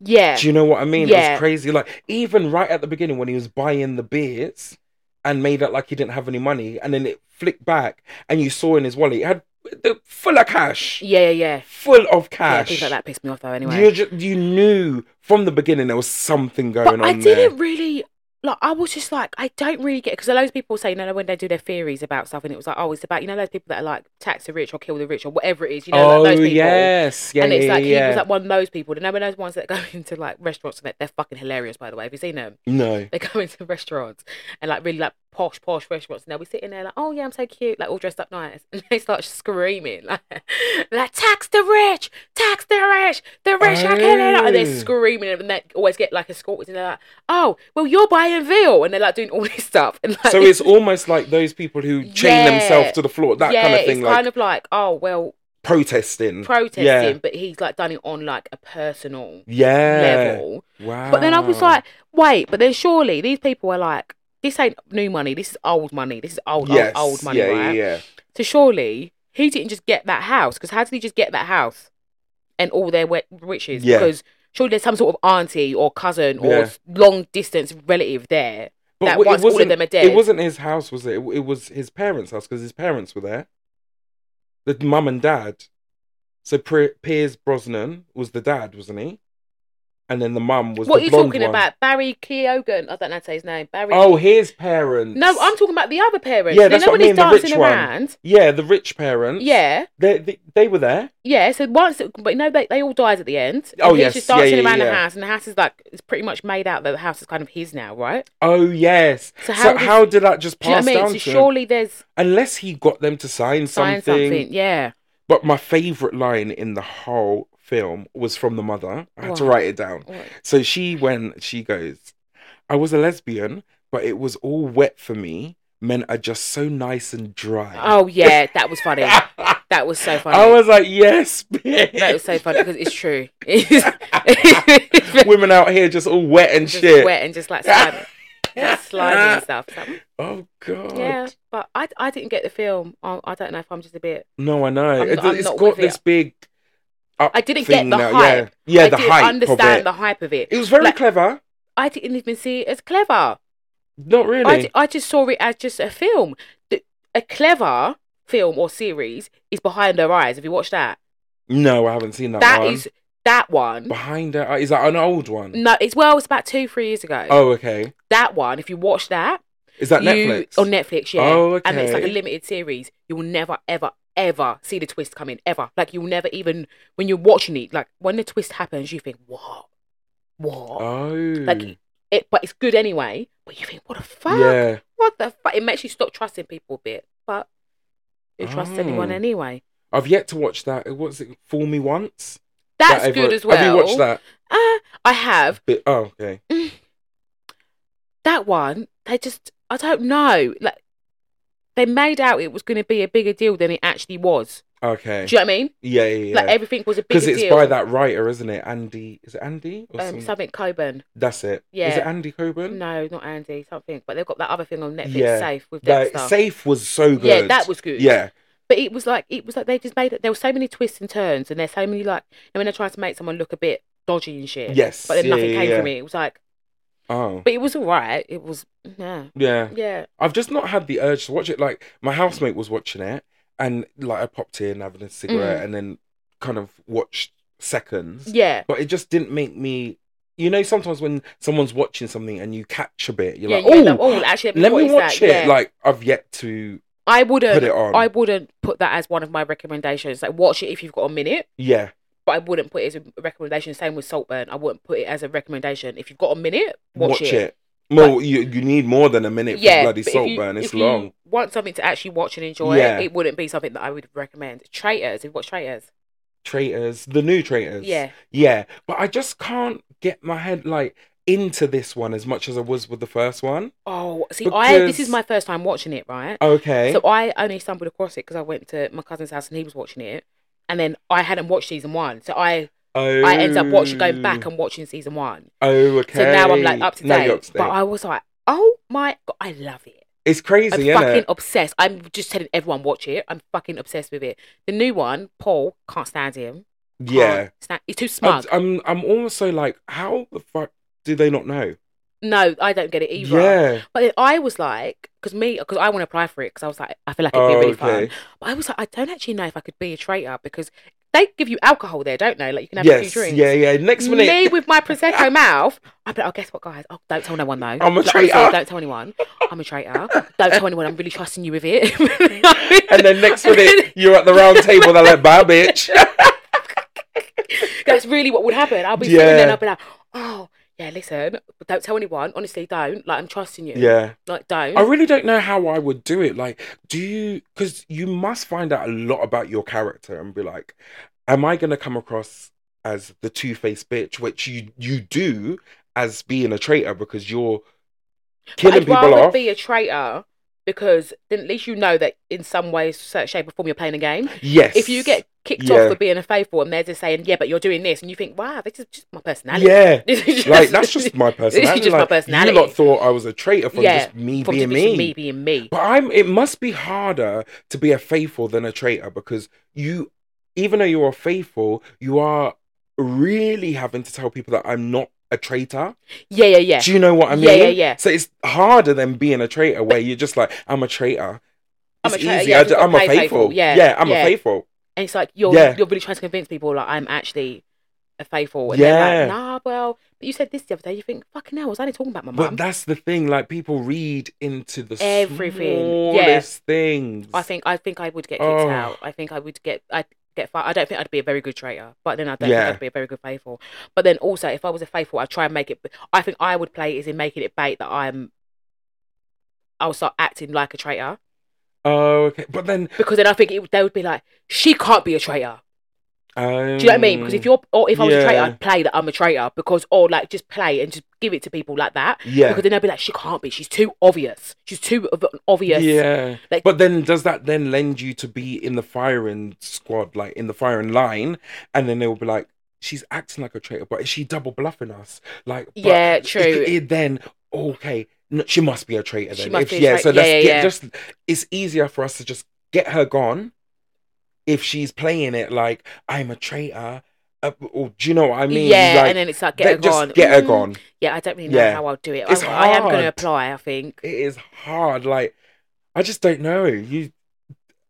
S2: Yeah.
S1: Do you know what I mean? It
S2: Yeah.
S1: was crazy. Like even right at the beginning when he was buying the beers and made out like he didn't have any money, and then it flicked back and you saw in his wallet it had the full of cash,
S2: Yeah, yeah, yeah.
S1: full of
S2: Yeah,
S1: cash.
S2: things like that pissed me off though. Anyway,
S1: You just, you knew from the beginning there was something going
S2: but
S1: on
S2: I
S1: there.
S2: didn't really like. I was just like, I don't really get because a lot of people say, you know, when they do their theories about stuff, and it was like, oh, it's about you know those people that are like tax the rich or kill the rich or whatever it is, you know,
S1: oh
S2: like those people.
S1: yes, yeah,
S2: and it's
S1: yeah,
S2: like he
S1: yeah.
S2: was like one of those people. And know when those ones that go into like restaurants and that they're fucking hilarious, by the way. Have you seen them?
S1: no,
S2: They go into restaurants and like really like posh, posh restaurants, and they'll be sitting there like, oh yeah, I'm so cute, like all dressed up nice, and they start screaming like, like tax the rich, tax the rich, the rich are killing, us," and
S1: Oh.
S2: they're screaming, and they always get like escorted, and they're like, oh, well you're buying veal, and they're like doing all this stuff, and like,
S1: so it's almost like those people who chain
S2: Yeah.
S1: themselves to the floor, that
S2: yeah,
S1: kind of thing,
S2: it's
S1: like
S2: kind of like, oh well,
S1: protesting.
S2: protesting,
S1: Yeah.
S2: but he's like done it on like a personal
S1: yeah,
S2: level.
S1: wow.
S2: But then I was like, wait, but then surely these people are like, this ain't new money, this is old money, this is old,
S1: yes,
S2: old, old money,
S1: yeah,
S2: right?
S1: yeah, yeah.
S2: So surely he didn't just get that house, because how did he just get that house and all their we- riches?
S1: Yeah.
S2: Because surely there's some sort of auntie or cousin or
S1: Yeah.
S2: s- long distance relative there that
S1: w-
S2: once all of
S1: wasn't-
S2: them are dead.
S1: It wasn't his house, was it? It, w- it was his parents' house because his parents were there. The mum and dad. So Pre- Piers Brosnan was the dad, wasn't he? And then the mum was.
S2: what
S1: the
S2: are you
S1: blonde
S2: talking
S1: one.
S2: about? Barry Keoghan? I don't know how to say his name. Barry.
S1: Oh, his parents.
S2: no, I'm talking about the other parents.
S1: Yeah,
S2: You
S1: that's
S2: know
S1: what
S2: when
S1: I
S2: he's
S1: mean, the rich
S2: dancing
S1: one.
S2: around?
S1: Yeah, the rich parents.
S2: Yeah.
S1: they they, they were there.
S2: Yeah, so once, but you know, they, they all dies at the end.
S1: Oh,
S2: And he's
S1: yes.
S2: just
S1: Yeah,
S2: dancing
S1: yeah,
S2: around the
S1: yeah.
S2: house, and the house is like, it's pretty much made out that the house is kind of his now, right?
S1: Oh yes. So
S2: So how
S1: how,
S2: did-
S1: did that just
S2: Do you know
S1: pass
S2: what I mean?
S1: down
S2: So
S1: to him?
S2: surely there's
S1: Unless he got them to sign
S2: sign
S1: something.
S2: something, yeah.
S1: But my favorite line in the whole film was from the mother. I had to
S2: What?
S1: write it down.
S2: Or-
S1: So she went, she goes, I was a lesbian, but it was all wet for me. Men are just so nice and dry.
S2: Oh yeah, that was funny. That was so funny.
S1: I was like, yes,
S2: that was
S1: bitch.
S2: so funny because it's true. It's really
S1: Women out here just all wet and
S2: just
S1: shit.
S2: wet and just like sliding, just sliding and stuff. It's like,
S1: Oh God.
S2: yeah, but I, I didn't get the film. I, I don't know if I'm just a bit.
S1: No, I know.
S2: I'm-
S1: It,
S2: I'm
S1: has
S2: not
S1: got
S2: with it.
S1: this big. up
S2: I didn't get
S1: thing
S2: the
S1: now.
S2: hype.
S1: Yeah, yeah
S2: I
S1: the
S2: didn't
S1: hype. of
S2: understand
S1: it.
S2: the hype of it.
S1: It was very
S2: Like-
S1: clever.
S2: I didn't even see it as clever.
S1: Not really.
S2: I, ju- I just saw it as just a film. The- A clever film or series is behind her eyes. Have you watched that?
S1: no, I haven't seen that,
S2: That
S1: one.
S2: is that one.
S1: Behind her. Is that an old one?
S2: No, it's well, it's about two, three years ago.
S1: Oh, okay.
S2: That one, if you watch that,
S1: Is that
S2: you
S1: Netflix?
S2: on Netflix, yeah,
S1: Oh, okay.
S2: and it's like a limited series. You will never, ever, ever see the twist coming. Ever, like you will never even when you're watching it, like when the twist happens, you think what, what?
S1: Oh.
S2: Like it, but it's good anyway. But you think what the fuck?
S1: Yeah.
S2: What the fuck? It makes you stop trusting people a bit, but you trust anyone
S1: Oh.
S2: anyway.
S1: I've yet to watch that. What's it? Fool Me Once?
S2: That's
S1: That ever-
S2: good as well.
S1: Have you watched that?
S2: Uh, I have
S1: Bit- oh, okay.
S2: that one. They just, I don't know. Like they made out it was going to be a bigger deal than it actually was.
S1: Okay.
S2: Do you know what I mean?
S1: yeah, yeah,
S2: Like
S1: yeah.
S2: everything was a bigger
S1: Because it's
S2: deal.
S1: by that writer, isn't it? Andy. Is it Andy? Or
S2: um,
S1: some-
S2: something Coburn.
S1: That's it. Is it
S2: Yeah.
S1: Andy Coburn?
S2: No, not Andy. Something. But they've got that other thing on Netflix,
S1: Yeah.
S2: Safe with
S1: Like,
S2: Dexter.
S1: Safe was so good.
S2: Yeah, that was good.
S1: Yeah.
S2: But it was like it was like they just made it. There were so many twists and turns, and there's so many like. And when they're trying to make someone look a bit dodgy and shit.
S1: Yes.
S2: But then
S1: Yeah,
S2: nothing
S1: yeah,
S2: came
S1: yeah.
S2: from it. It was like
S1: Oh.
S2: But it was all right. It was, yeah.
S1: Yeah.
S2: Yeah.
S1: I've just not had the urge to watch it. Like my housemate was watching it, and like I popped in having a cigarette, and then kind of watched seconds.
S2: Mm. Yeah.
S1: But it just didn't make me. You know, sometimes when someone's watching something and you catch a bit, you're
S2: yeah,
S1: like,
S2: you
S1: oh,
S2: end up, oh, actually,
S1: let
S2: what
S1: me
S2: is
S1: watch
S2: that?
S1: it.
S2: Yeah.
S1: Like I've yet to.
S2: I
S1: put it
S2: wouldn't.
S1: on.
S2: I wouldn't put that as one of my recommendations. Like, watch it if you've got a minute,
S1: Yeah,
S2: but I wouldn't put it as a recommendation. Same with Saltburn. I wouldn't put it as a recommendation. If you've got a minute,
S1: watch,
S2: watch,
S1: it. Well,
S2: But-
S1: you you need more than a minute
S2: yeah,
S1: for bloody
S2: but if you-
S1: Saltburn. It's
S2: if you
S1: long.
S2: Want something to actually watch and enjoy?
S1: Yeah.
S2: It wouldn't be something that I would recommend. Traitors. If you watch Traitors,
S1: Traitors, the new Traitors.
S2: yeah,
S1: yeah. But I just can't get my head like into this one as much as I was with the first one.
S2: Oh, see, I this
S1: Because-
S2: is my first time watching it, right?
S1: Okay.
S2: So I only stumbled across it because I went to my cousin's house and he was watching it, and then I hadn't watched season one, so I
S1: oh,
S2: I ended up watching going back and watching season one.
S1: Oh, okay.
S2: So now I'm like up to
S1: Now
S2: date,
S1: you're up to
S2: but
S1: date.
S2: I was like, oh my god, I love it.
S1: it's
S2: I'm
S1: crazy, isn't
S2: fucking
S1: it?
S2: obsessed. I'm just telling everyone watch it. I'm fucking obsessed with it. The new one, Paul can't stand him. Can't
S1: Yeah.
S2: stand- he's too smug.
S1: I'm, I'm I'm also like, how the fuck do they not know?
S2: no, I don't get it either.
S1: Yeah.
S2: But then I was like, because me, because I want to apply for it, because I was like, I feel like it'd be
S1: Oh,
S2: really fun.
S1: okay.
S2: But I was like, I don't actually know if I could be a traitor because they give you alcohol there, don't they? Like you can have a few
S1: Yes.
S2: drinks.
S1: Yeah. Yeah. Next minute.
S2: Me with my prosecco mouth. I'm like, oh, guess what, guys? Oh, don't tell no one though. I'm
S1: a
S2: like, honestly,
S1: traitor.
S2: Don't tell anyone. I'm a traitor. don't tell anyone. I'm really trusting you with it.
S1: and then next minute, you're at the round table. They're like, "Bye, bitch."
S2: that's really what would happen. I'll be sitting there
S1: Yeah.
S2: and I'll be like, oh. Yeah, listen, but don't tell anyone. Honestly, don't. Like, I'm trusting you.
S1: yeah.
S2: Like, don't.
S1: I really don't know how I would do it. Like, do you? Because you must find out a lot about your character and be like, "Am I going to come across as the two-faced bitch?" Which you you do as being a traitor because you're
S2: But
S1: killing
S2: I'd rather
S1: people off.
S2: be a traitor because then at least you know that in some way, so- shape, or form, you're playing a game.
S1: Yes.
S2: If you get kicked
S1: Yeah.
S2: off for being a faithful and they're just saying, yeah, but you're doing this, and you think, wow, this is just my personality.
S1: yeah.
S2: This is just,
S1: Like that's just my
S2: is
S1: personality.
S2: just my
S1: like,
S2: personality.
S1: You lot thought I was a traitor from
S2: Yeah,
S1: just me
S2: from
S1: being
S2: just
S1: me.
S2: me being me.
S1: But I'm. It must be harder to be a faithful than a traitor because you, even though you are faithful, you are really having to tell people that I'm not a traitor.
S2: Yeah, yeah, yeah.
S1: Do you know what I mean?
S2: Yeah, yeah, yeah.
S1: So it's harder than being a traitor, where you're just like, I'm a traitor.
S2: I'm
S1: It's
S2: a traitor,
S1: easy.
S2: yeah,
S1: I
S2: just
S1: d- I'm a
S2: play
S1: faithful.
S2: faithful, yeah,
S1: Yeah, I'm
S2: yeah.
S1: a faithful.
S2: And it's like you're
S1: Yeah.
S2: you're really trying to convince people like I'm actually a faithful, and they're
S1: Yeah.
S2: like, nah, well, but you said this the other day. You think, fucking hell, was I only talking about my
S1: But
S2: mum?
S1: that's the thing. Like people read into the
S2: Everything, yeah.
S1: smallest things.
S2: I think I think I would get kicked
S1: Oh.
S2: out. I think I would get I get fired. I don't think I'd be a very good traitor, but then I don't
S1: Yeah.
S2: think I'd be a very good faithful. But then also, if I was a faithful, I'd try and make it. I think I would play is in making it bait that I'm. I'll start acting like a traitor
S1: Oh, okay. But then,
S2: because then I think it, they would be like, she can't be a traitor.
S1: um,
S2: Do you know what I mean? Because if you're, or if I was a traitor,
S1: yeah.
S2: I'd play that I'm a traitor because, or like just play and just give it to people like that.
S1: yeah,
S2: Because then they'll be like, she can't be. She's too obvious. She's too ob- obvious.
S1: Yeah.
S2: Like-
S1: but then does that then lend you to be in the firing squad, like in the firing line, and then they will be like, she's acting like a traitor, but is she double bluffing us? Like, but
S2: Yeah,
S1: it-
S2: true.
S1: It, then okay, no, she must be a traitor.
S2: She
S1: Then,
S2: must
S1: if,
S2: be a
S1: yeah.
S2: trai-
S1: So let's
S2: yeah, yeah,
S1: get
S2: yeah.
S1: just. It's easier for us to just get her gone if she's playing it like I'm a traitor. Uh, or do you know what I mean?
S2: yeah,
S1: Like,
S2: and then it's like get
S1: let-
S2: her
S1: just
S2: gone.
S1: get her
S2: Mm.
S1: gone.
S2: Yeah, I don't really know
S1: Yeah.
S2: how I'll do it.
S1: It's
S2: I, I am going
S1: hard.
S2: to apply, I think.
S1: it is hard. Like, I just don't know. You,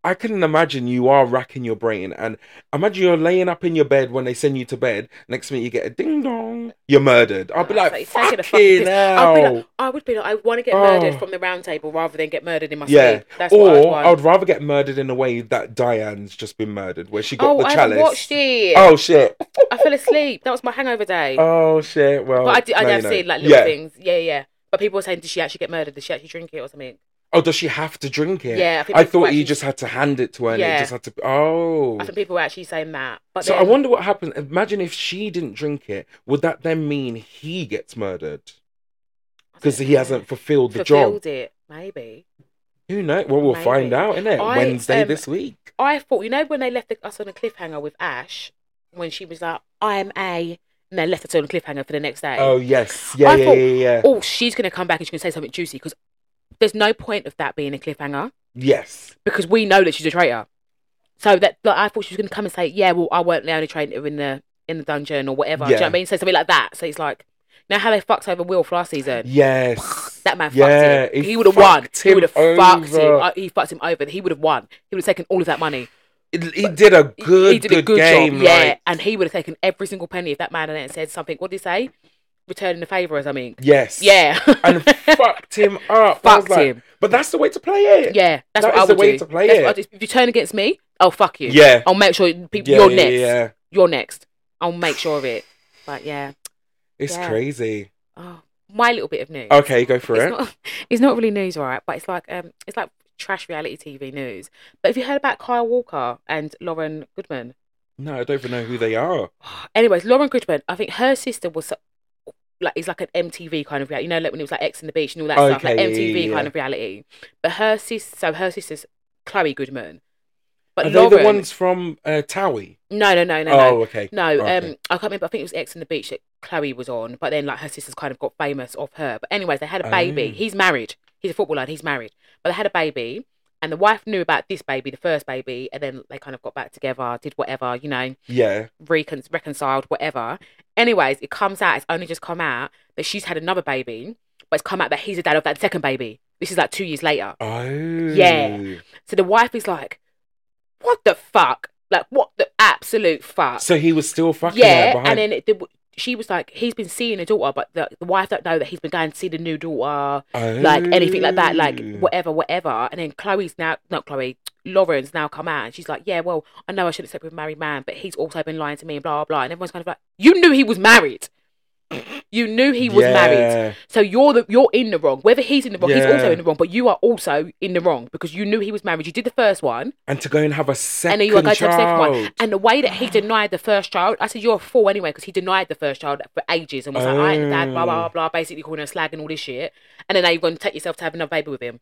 S1: I couldn't imagine you are racking your brain, and imagine you're laying up in your bed when they send you to bed. Next minute, you get a ding dong. You're murdered. I'll be
S2: Nah,
S1: like,
S2: so you're taking a fucking
S1: fucking
S2: piss." I'll be like-
S1: hell.
S2: I would be like, I want to get
S1: Oh.
S2: murdered from the round table rather than get murdered in my
S1: Yeah.
S2: sleep. That's what I'd
S1: Or
S2: want.
S1: I would rather get murdered in a way that Diane's just been murdered, where she got
S2: oh,
S1: the
S2: I
S1: chalice.
S2: haven't watched it.
S1: Oh shit.
S2: I fell asleep. That was my hangover day.
S1: Oh shit. Well,
S2: but I did, I
S1: now
S2: have
S1: you know.
S2: seen like little
S1: yeah.
S2: things. Yeah, yeah. But people were saying, did she actually get murdered? Did she actually drink it or something?
S1: Oh, does she have to drink
S2: Yeah,
S1: it?
S2: I think
S1: I
S2: people were
S1: thought
S2: actually,
S1: you just had to hand it to her, and
S2: Yeah.
S1: it just had to. Oh.
S2: I think people were actually saying that. But
S1: So I
S2: then-
S1: wonder what happened. Imagine if she didn't drink it. Would that then mean he gets murdered because he hasn't fulfilled the
S2: fulfilled
S1: job?
S2: it. Maybe
S1: Who knows? Well, we'll find
S2: Maybe.
S1: out, innit?
S2: I,
S1: Wednesday
S2: um,
S1: this week.
S2: I thought, you know, when they left the, us on a cliffhanger with Ash, when she was like, "I'm a," and they left us on a cliffhanger for the next day.
S1: Oh yes, yeah,
S2: I
S1: yeah,
S2: thought-
S1: yeah, yeah.
S2: oh, she's going to come back and she's going to say something juicy because there's no point of that being a cliffhanger
S1: Yes,
S2: because we know that she's a traitor. So that like, I thought she was going to come and say, "Yeah, well, I weren't the only traitor in the in the dungeon or whatever." Do you know what
S1: Yeah.
S2: I mean? Say something like that. So it's like Now how they fucked over Will for last season.
S1: Yes.
S2: That man
S1: Yeah,
S2: fucked him.
S1: he
S2: He, would have won.
S1: fucked
S2: He
S1: him
S2: would have fucked him.
S1: over.
S2: Uh, He fucked him over. He would have won. He would have taken all of that money.
S1: he did a
S2: He-
S1: good,
S2: he did
S1: good,
S2: a good
S1: game.
S2: job. Yeah,
S1: like-
S2: and he would have taken every single penny if that man hadn't said something. What did he say? Returning the favour or something.
S1: yes.
S2: Yeah.
S1: And fucked him up. I was
S2: Fucked
S1: like,
S2: him.
S1: But that's the way to play it.
S2: yeah. That's
S1: That
S2: what
S1: is
S2: I would
S1: the way
S2: do.
S1: to play
S2: That's
S1: it.
S2: what I'd do. If you turn against me, I'll fuck you.
S1: Yeah.
S2: I'll make sure you- people,
S1: Yeah,
S2: you're
S1: yeah,
S2: next.
S1: yeah.
S2: You're next. I'll make sure of it. But yeah.
S1: It's
S2: Yeah.
S1: crazy.
S2: Oh, my little bit of news.
S1: Okay, go Oh, for
S2: it's
S1: it.
S2: Not, it's not really news, all right, but it's like um, it's like trash reality TV news. But have you heard about Kyle Walker and Lauren Goodman?
S1: No, I don't even know who they are.
S2: Anyways, Lauren Goodman, I think her sister was so- like is like an MTV kind of reality. You know, like when it was like X on the Beach and all that stuff, like
S1: Okay, yeah,
S2: MTV
S1: yeah, yeah.
S2: kind of reality. But her sister, so her sister's Chloe Goodman. But
S1: Are
S2: Lauren,
S1: they the ones from uh, Towie?
S2: no, no, no, no, no.
S1: Oh, okay.
S2: No,
S1: Okay.
S2: um, I can't remember. I think it was X on the Beach that Chloe was on, but then like her sisters kind of got famous off her. But anyways, they had a baby.
S1: Oh.
S2: He's married. He's a footballer. and He's married, but they had a baby, and the wife knew about this baby, the first baby, and then they kind of got back together, did whatever, you know,
S1: Yeah.
S2: recon- reconciled, whatever. Anyways, it comes out. It's only just come out that she's had another baby, but it's come out that he's the dad of that second baby. This is like two years later.
S1: Oh.
S2: So the wife is like, "What the fuck? Like, what the absolute fuck?"
S1: So he was still fucking her
S2: yeah,
S1: behind.
S2: and then it, the, she was like, he's been seeing the daughter, but the, the wife don't know that he's been going to see the new daughter,
S1: Oh.
S2: like anything like that, like
S1: Mm.
S2: whatever, whatever. And then Chloe's now, not Chloe, Lauren's now come out, and she's like, yeah, well, I know I shouldn't sleep with a married man, but he's also been lying to me and blah blah. And everyone's kind of like, you knew he was married, you knew he was married.
S1: Yeah.
S2: So you're the you're in the wrong. Whether he's in the wrong, he's also
S1: Yeah.
S2: in the wrong. But you are also in the wrong because you knew he was married. You did the first one,
S1: And to go and have a second
S2: and then you were going to have a second
S1: child.
S2: one. And the way that he denied the first child, I said, You're a fool anyway, because he denied the first child for ages and was like, I ain't the dad, blah,
S1: Oh.
S2: blah, blah, blah, basically calling her a slag and all this shit. And then now you're going to take yourself to have another baby with him.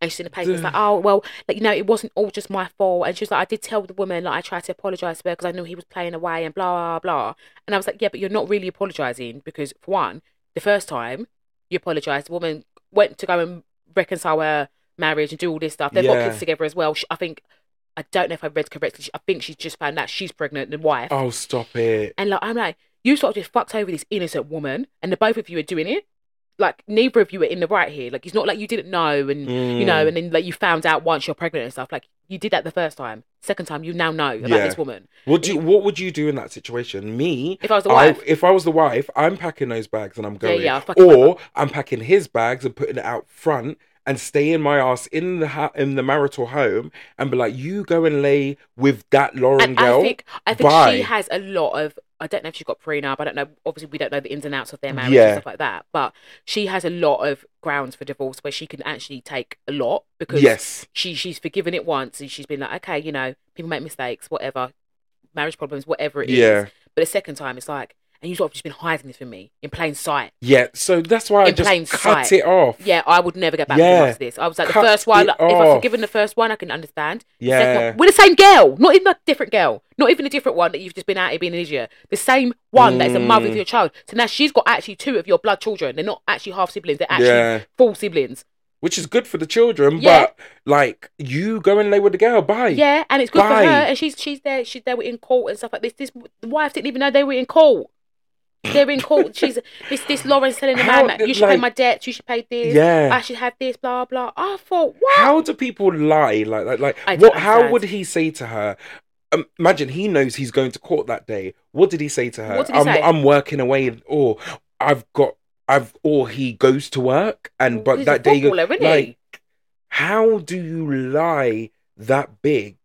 S2: And she's in the paper, it's like, Oh, well, like, you know, it wasn't all just my fault. And she was like, I did tell the woman, like, I tried to apologize to her because I knew he was playing away and blah, blah, blah. And I was like, Yeah, but you're not really apologizing because, for one, the first time you apologized, the woman went to go and reconcile her marriage and do all this stuff. They've got
S1: Yeah.
S2: kids together as well. She, I think I don't know if I read correctly. she- I think she's just found out she's pregnant, the wife.
S1: Oh, stop it.
S2: And like, I'm like, you sort of just fucked over this innocent woman, and the both of you are doing it. Like, neither of you are in the right here. Like, it's not like you didn't know, and you know,
S1: Mm.
S2: and then like you found out once you're pregnant and stuff. Like, you did that the first time. Second time, you now know about
S1: Yeah.
S2: this woman.
S1: What do you, what would you do in that situation? Me,
S2: If I was the
S1: I,
S2: wife,
S1: if I was the wife, I'm packing those bags and I'm going.
S2: yeah, I'll fucking
S1: or I'm packing his bags and putting it out front and staying my ass in the ha- in the marital home and be like, you go and lay with that Lauren
S2: and
S1: girl.
S2: I think I think
S1: Bye.
S2: she has a lot of. I don't know if she's got prenup. I don't know. Obviously, we don't know the ins and outs of their marriage
S1: Yeah.
S2: and stuff like that. But she has a lot of grounds for divorce where she can actually take a lot because
S1: yes,
S2: she she's forgiven it once and she's been like, okay, you know, people make mistakes, whatever, marriage problems, whatever it is.
S1: yeah,
S2: But the second time, it's like, and you sort of just been hiding this from me in plain sight.
S1: yeah. So that's why I
S2: In plain
S1: just cut
S2: sight.
S1: it off.
S2: Yeah, I would never get back
S1: Yeah.
S2: to this. I was like, the
S1: Cut
S2: first
S1: it
S2: one, like, if I've
S1: off.
S2: forgiven the first one, I can understand. The
S1: Yeah,
S2: Second, one- we're the same girl, not even a different girl, not even a different one that you've just been out here being an idiot. The same one that is the mother of
S1: Mm.
S2: your child. So now she's got actually two of your blood children. They're not actually half siblings. They're actually
S1: Yeah.
S2: full siblings.
S1: which is good for the children,
S2: Yeah.
S1: but like you go and lay with the girl. Bye.
S2: Yeah, and it's good for her.
S1: Why?
S2: And she's she's there. She's there in court and stuff like this. This the wife didn't even know they were in court. They were in court. She's this this Lauren's telling the
S1: How
S2: man that
S1: did,
S2: you should pay
S1: like-
S2: my debts. You should pay this.
S1: Yeah.
S2: I should have this. Blah blah. I thought what?
S1: How do people lie like that? Like,
S2: I don't
S1: what? How
S2: understand.
S1: would he say to her? Um, imagine he knows he's going to court that day. What did he say to her?
S2: What did he
S1: I'm,
S2: say?
S1: I'm working away, or I've got, I've, or he goes to work, and but
S2: He's a
S1: that day, you-
S2: footballer, isn't he?
S1: like, how do you lie that big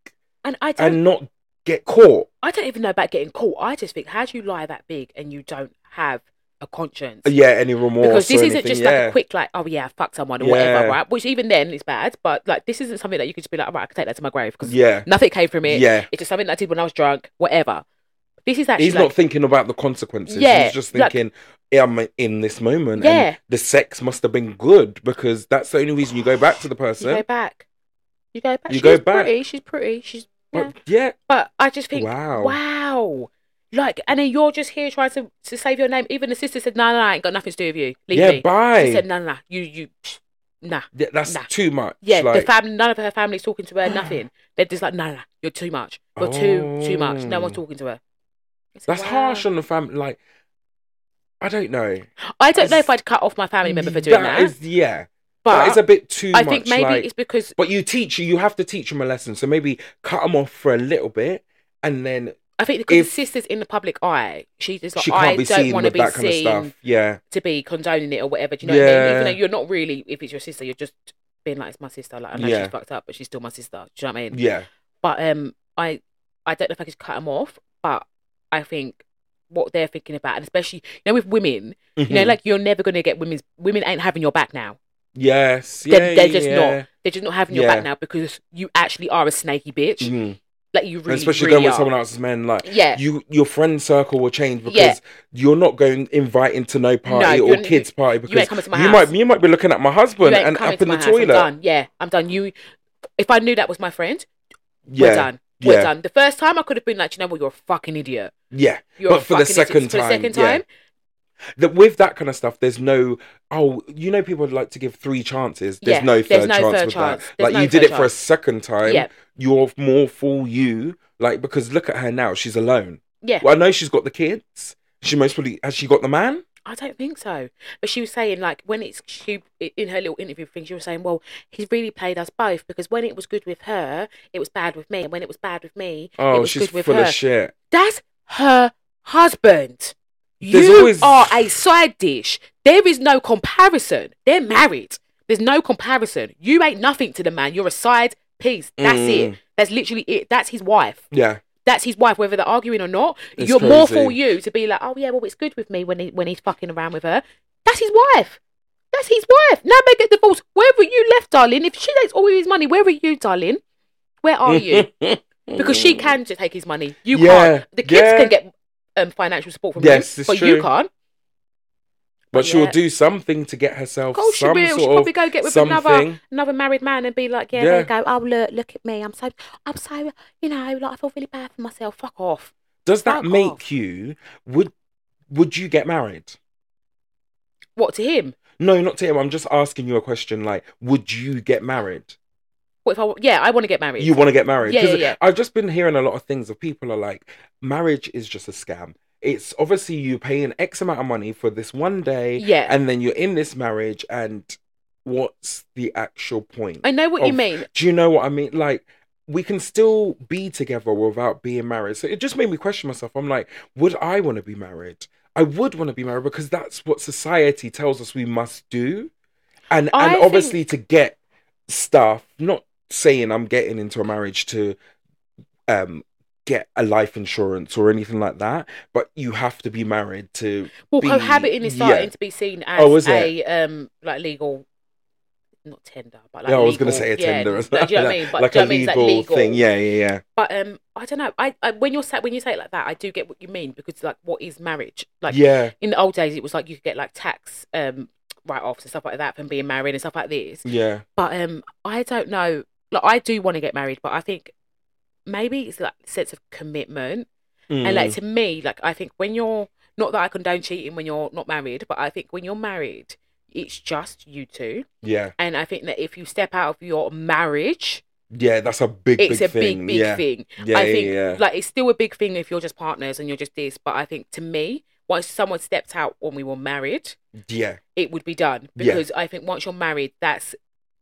S2: And I don't.
S1: and not get caught?
S2: I don't even know about getting caught. I just think how do you lie that big and you don't have a conscience?
S1: Uh, Yeah, any remorse?
S2: because this
S1: or
S2: isn't
S1: anything,
S2: just like
S1: yeah.
S2: a quick like oh yeah I fucked someone or whatever
S1: Yeah.
S2: right which even then is bad but like this isn't something that you could just be like all right I can take that to my grave because
S1: yeah,
S2: nothing came from it
S1: yeah.
S2: It's just something that I did when I was drunk, whatever. This is actually
S1: He's
S2: like,
S1: not thinking about the consequences.
S2: Yeah,
S1: He's just
S2: like-
S1: thinking, I'm in this moment.
S2: Yeah.
S1: And the sex must have been good because that's the only reason you go back to the
S2: you go
S1: person.
S2: back. You go back.
S1: You
S2: she's
S1: go back.
S2: pretty. She's pretty. She's yeah.
S1: But yeah.
S2: But I just think wow.
S1: Wow.
S2: Like and then you're just here trying to, to save your name. Even the sister said, No, no, I ain't got nothing to do with you. Leave
S1: Yeah,
S2: me. She
S1: bye.
S2: said, No, no, no. You you psh, nah.
S1: Yeah, that's
S2: nah.
S1: too much.
S2: Yeah, the
S1: like-
S2: family none of her family's talking to her, nothing. They're just like, No, no, no, you're too much. You're too too much. No
S1: Oh.
S2: one's talking to her. I said,
S1: that's
S2: "Wow."
S1: harsh on the family. Like, I don't know.
S2: I don't know if I'd cut off my family member for doing that,
S1: is- yeah,
S2: but
S1: that is a bit too
S2: I
S1: much.
S2: think maybe
S1: like-
S2: it's because
S1: but you teach you have to teach them a lesson. So maybe cut them off for a little bit, and then
S2: I think because
S1: if-
S2: the sister's in the public eye, she's just like,
S1: she
S2: I
S1: can't be
S2: don't
S1: seen
S2: want to
S1: with
S2: be
S1: that kind of
S2: seen
S1: stuff. Yeah,
S2: to be condoning it or whatever. Do you know what I mean? Even
S1: Yeah.
S2: though you're not really, if it's your sister, you're just being like, it's my sister. Like, I know
S1: Yeah.
S2: she's fucked up, but she's still my sister. Do you know what I mean?
S1: yeah,
S2: But um, I I don't know if I could cut them off, but I think what they're thinking about, and especially you know with women, you know,
S1: Mhm.
S2: like you're never gonna get women's women ain't having your back now.
S1: yes, yeah,
S2: They're- they're just not
S1: yeah.
S2: They're just not having your back
S1: Yeah.
S2: now because you actually are a snaky bitch.
S1: Mhm.
S2: Like you really,
S1: especially
S2: really
S1: going with
S2: are.
S1: someone else's men like
S2: Yeah.
S1: you your friend circle will change because
S2: Yeah.
S1: you're not going inviting to no party or
S2: you're-
S1: kids party because
S2: you ain't coming to my
S1: you
S2: house.
S1: might you might be looking at my husband
S2: You ain't
S1: and
S2: coming
S1: up
S2: to
S1: in
S2: my
S1: the
S2: house. I'm
S1: toilet
S2: done. Yeah, I'm done. You, if I knew that was my friend,
S1: yeah
S2: we're done. We're
S1: yeah.
S2: done. The first time I could have been like, "Do you know what, you're a fucking idiot.
S1: yeah
S2: You're
S1: But
S2: a
S1: for the
S2: fucking
S1: second
S2: idiot." For the
S1: time,
S2: second
S1: yeah.
S2: time,
S1: that with that kind of stuff there's no oh you know people like to give three chances there's
S2: Yeah,
S1: no
S2: there's
S1: third
S2: no
S1: chance
S2: third
S1: with
S2: chance.
S1: that
S2: There's
S1: like
S2: no
S1: you did
S2: third
S1: it for a second time
S2: Yeah.
S1: you're more fool you like because look at her now she's alone
S2: yeah.
S1: well i know she's got the kids she most probably has she got the man
S2: I don't think so. But she was saying like when it's she in her little interview thing, she was saying, "Well, he's really played us both because when it was good with her, it was bad with me, and when it was bad with me, it
S1: oh
S2: was
S1: she's
S2: good with
S1: full
S2: her."
S1: of shit
S2: That's her husband.
S1: There's
S2: you
S1: always-
S2: are a side dish. There is no comparison. They're married. There's no comparison. You ain't nothing to the man. You're a side piece. That's
S1: Mm.
S2: it. That's literally it. That's his wife.
S1: yeah
S2: That's his wife, whether they're arguing or not.
S1: It's
S2: you're more
S1: crazy.
S2: for you to be like, oh yeah, well it's good with me when he when he's fucking around with her. That's his wife. That's his wife. Now they get divorced. Where were you left, darling? If she takes all of his money, where are you, darling? Where are you? because she can just take his money. You
S1: Yeah,
S2: can't. The kids
S1: yeah.
S2: can get um, financial support from
S1: Yes,
S2: you,
S1: it's
S2: but you
S1: true.
S2: can't.
S1: But she'll
S2: Yeah.
S1: do something to get
S2: Of
S1: herself
S2: course she
S1: some
S2: will. She'll
S1: sort
S2: probably
S1: of
S2: go get with another
S1: something.
S2: another married man and be like, yeah, there
S1: Yeah.
S2: you go. Oh look, look at me. I'm so, I'm so, you know, like I feel really bad for myself. Fuck off.
S1: Does that
S2: Fuck
S1: make
S2: off.
S1: you would would you get married?
S2: What to him?
S1: No, not to him. I'm just asking you a question. Like, would you get married?
S2: What if I? Yeah, I want to get married.
S1: You want to get married?
S2: Yeah,
S1: 'Cause
S2: yeah, yeah.
S1: I've just been hearing a lot of things of people are like, marriage is just a scam. It's obviously you paying X amount of money for this one day,
S2: Yeah.
S1: and then you're in this marriage, and what's the actual point?
S2: I know what you
S1: of-
S2: mean.
S1: Do you know what I mean? Like, we can still be together without being married. So it just made me question myself. I'm like, would I want to be married? I would want to be married because that's what society tells us we must do. And
S2: I
S1: and
S2: think-
S1: obviously to get stuff, not saying I'm getting into a marriage to um get a life insurance or anything like that, but you have to be married to
S2: Well,
S1: be-
S2: cohabiting is
S1: yeah.
S2: starting to be seen as
S1: Oh, is
S2: a um like legal, not tender, but like
S1: yeah, I was gonna
S2: legal-
S1: say a
S2: yeah,
S1: tender or
S2: like,
S1: something.
S2: do you know what I mean? But
S1: like
S2: do you
S1: a
S2: know what I mean? It's like
S1: legal
S2: legal.
S1: thing. Yeah, yeah, yeah.
S2: But um, I don't know. I, I when you're sa- when you say it like that, I do get what you mean because like, what is marriage? Like
S1: yeah,
S2: in the old days, it was like you could get like tax um write offs and stuff like that from being married and stuff like this.
S1: yeah.
S2: But um, I don't know. Like I do want to get married, but I think maybe it's like sense of commitment. And
S1: Mm.
S2: like to me, like I think when you're not that I condone cheating when you're not married, but I think when you're married, it's just you two.
S1: Yeah,
S2: And I think that if you step out of your marriage,
S1: yeah, that's a big,
S2: it's
S1: big
S2: a
S1: thing.
S2: big, big
S1: yeah.
S2: thing.
S1: yeah,
S2: I think
S1: yeah,
S2: like it's still a big thing if you're just partners and you're just this. But I think to me, once someone stepped out when we were married,
S1: yeah,
S2: it would be done
S1: Yeah.
S2: because I think once you're married, that's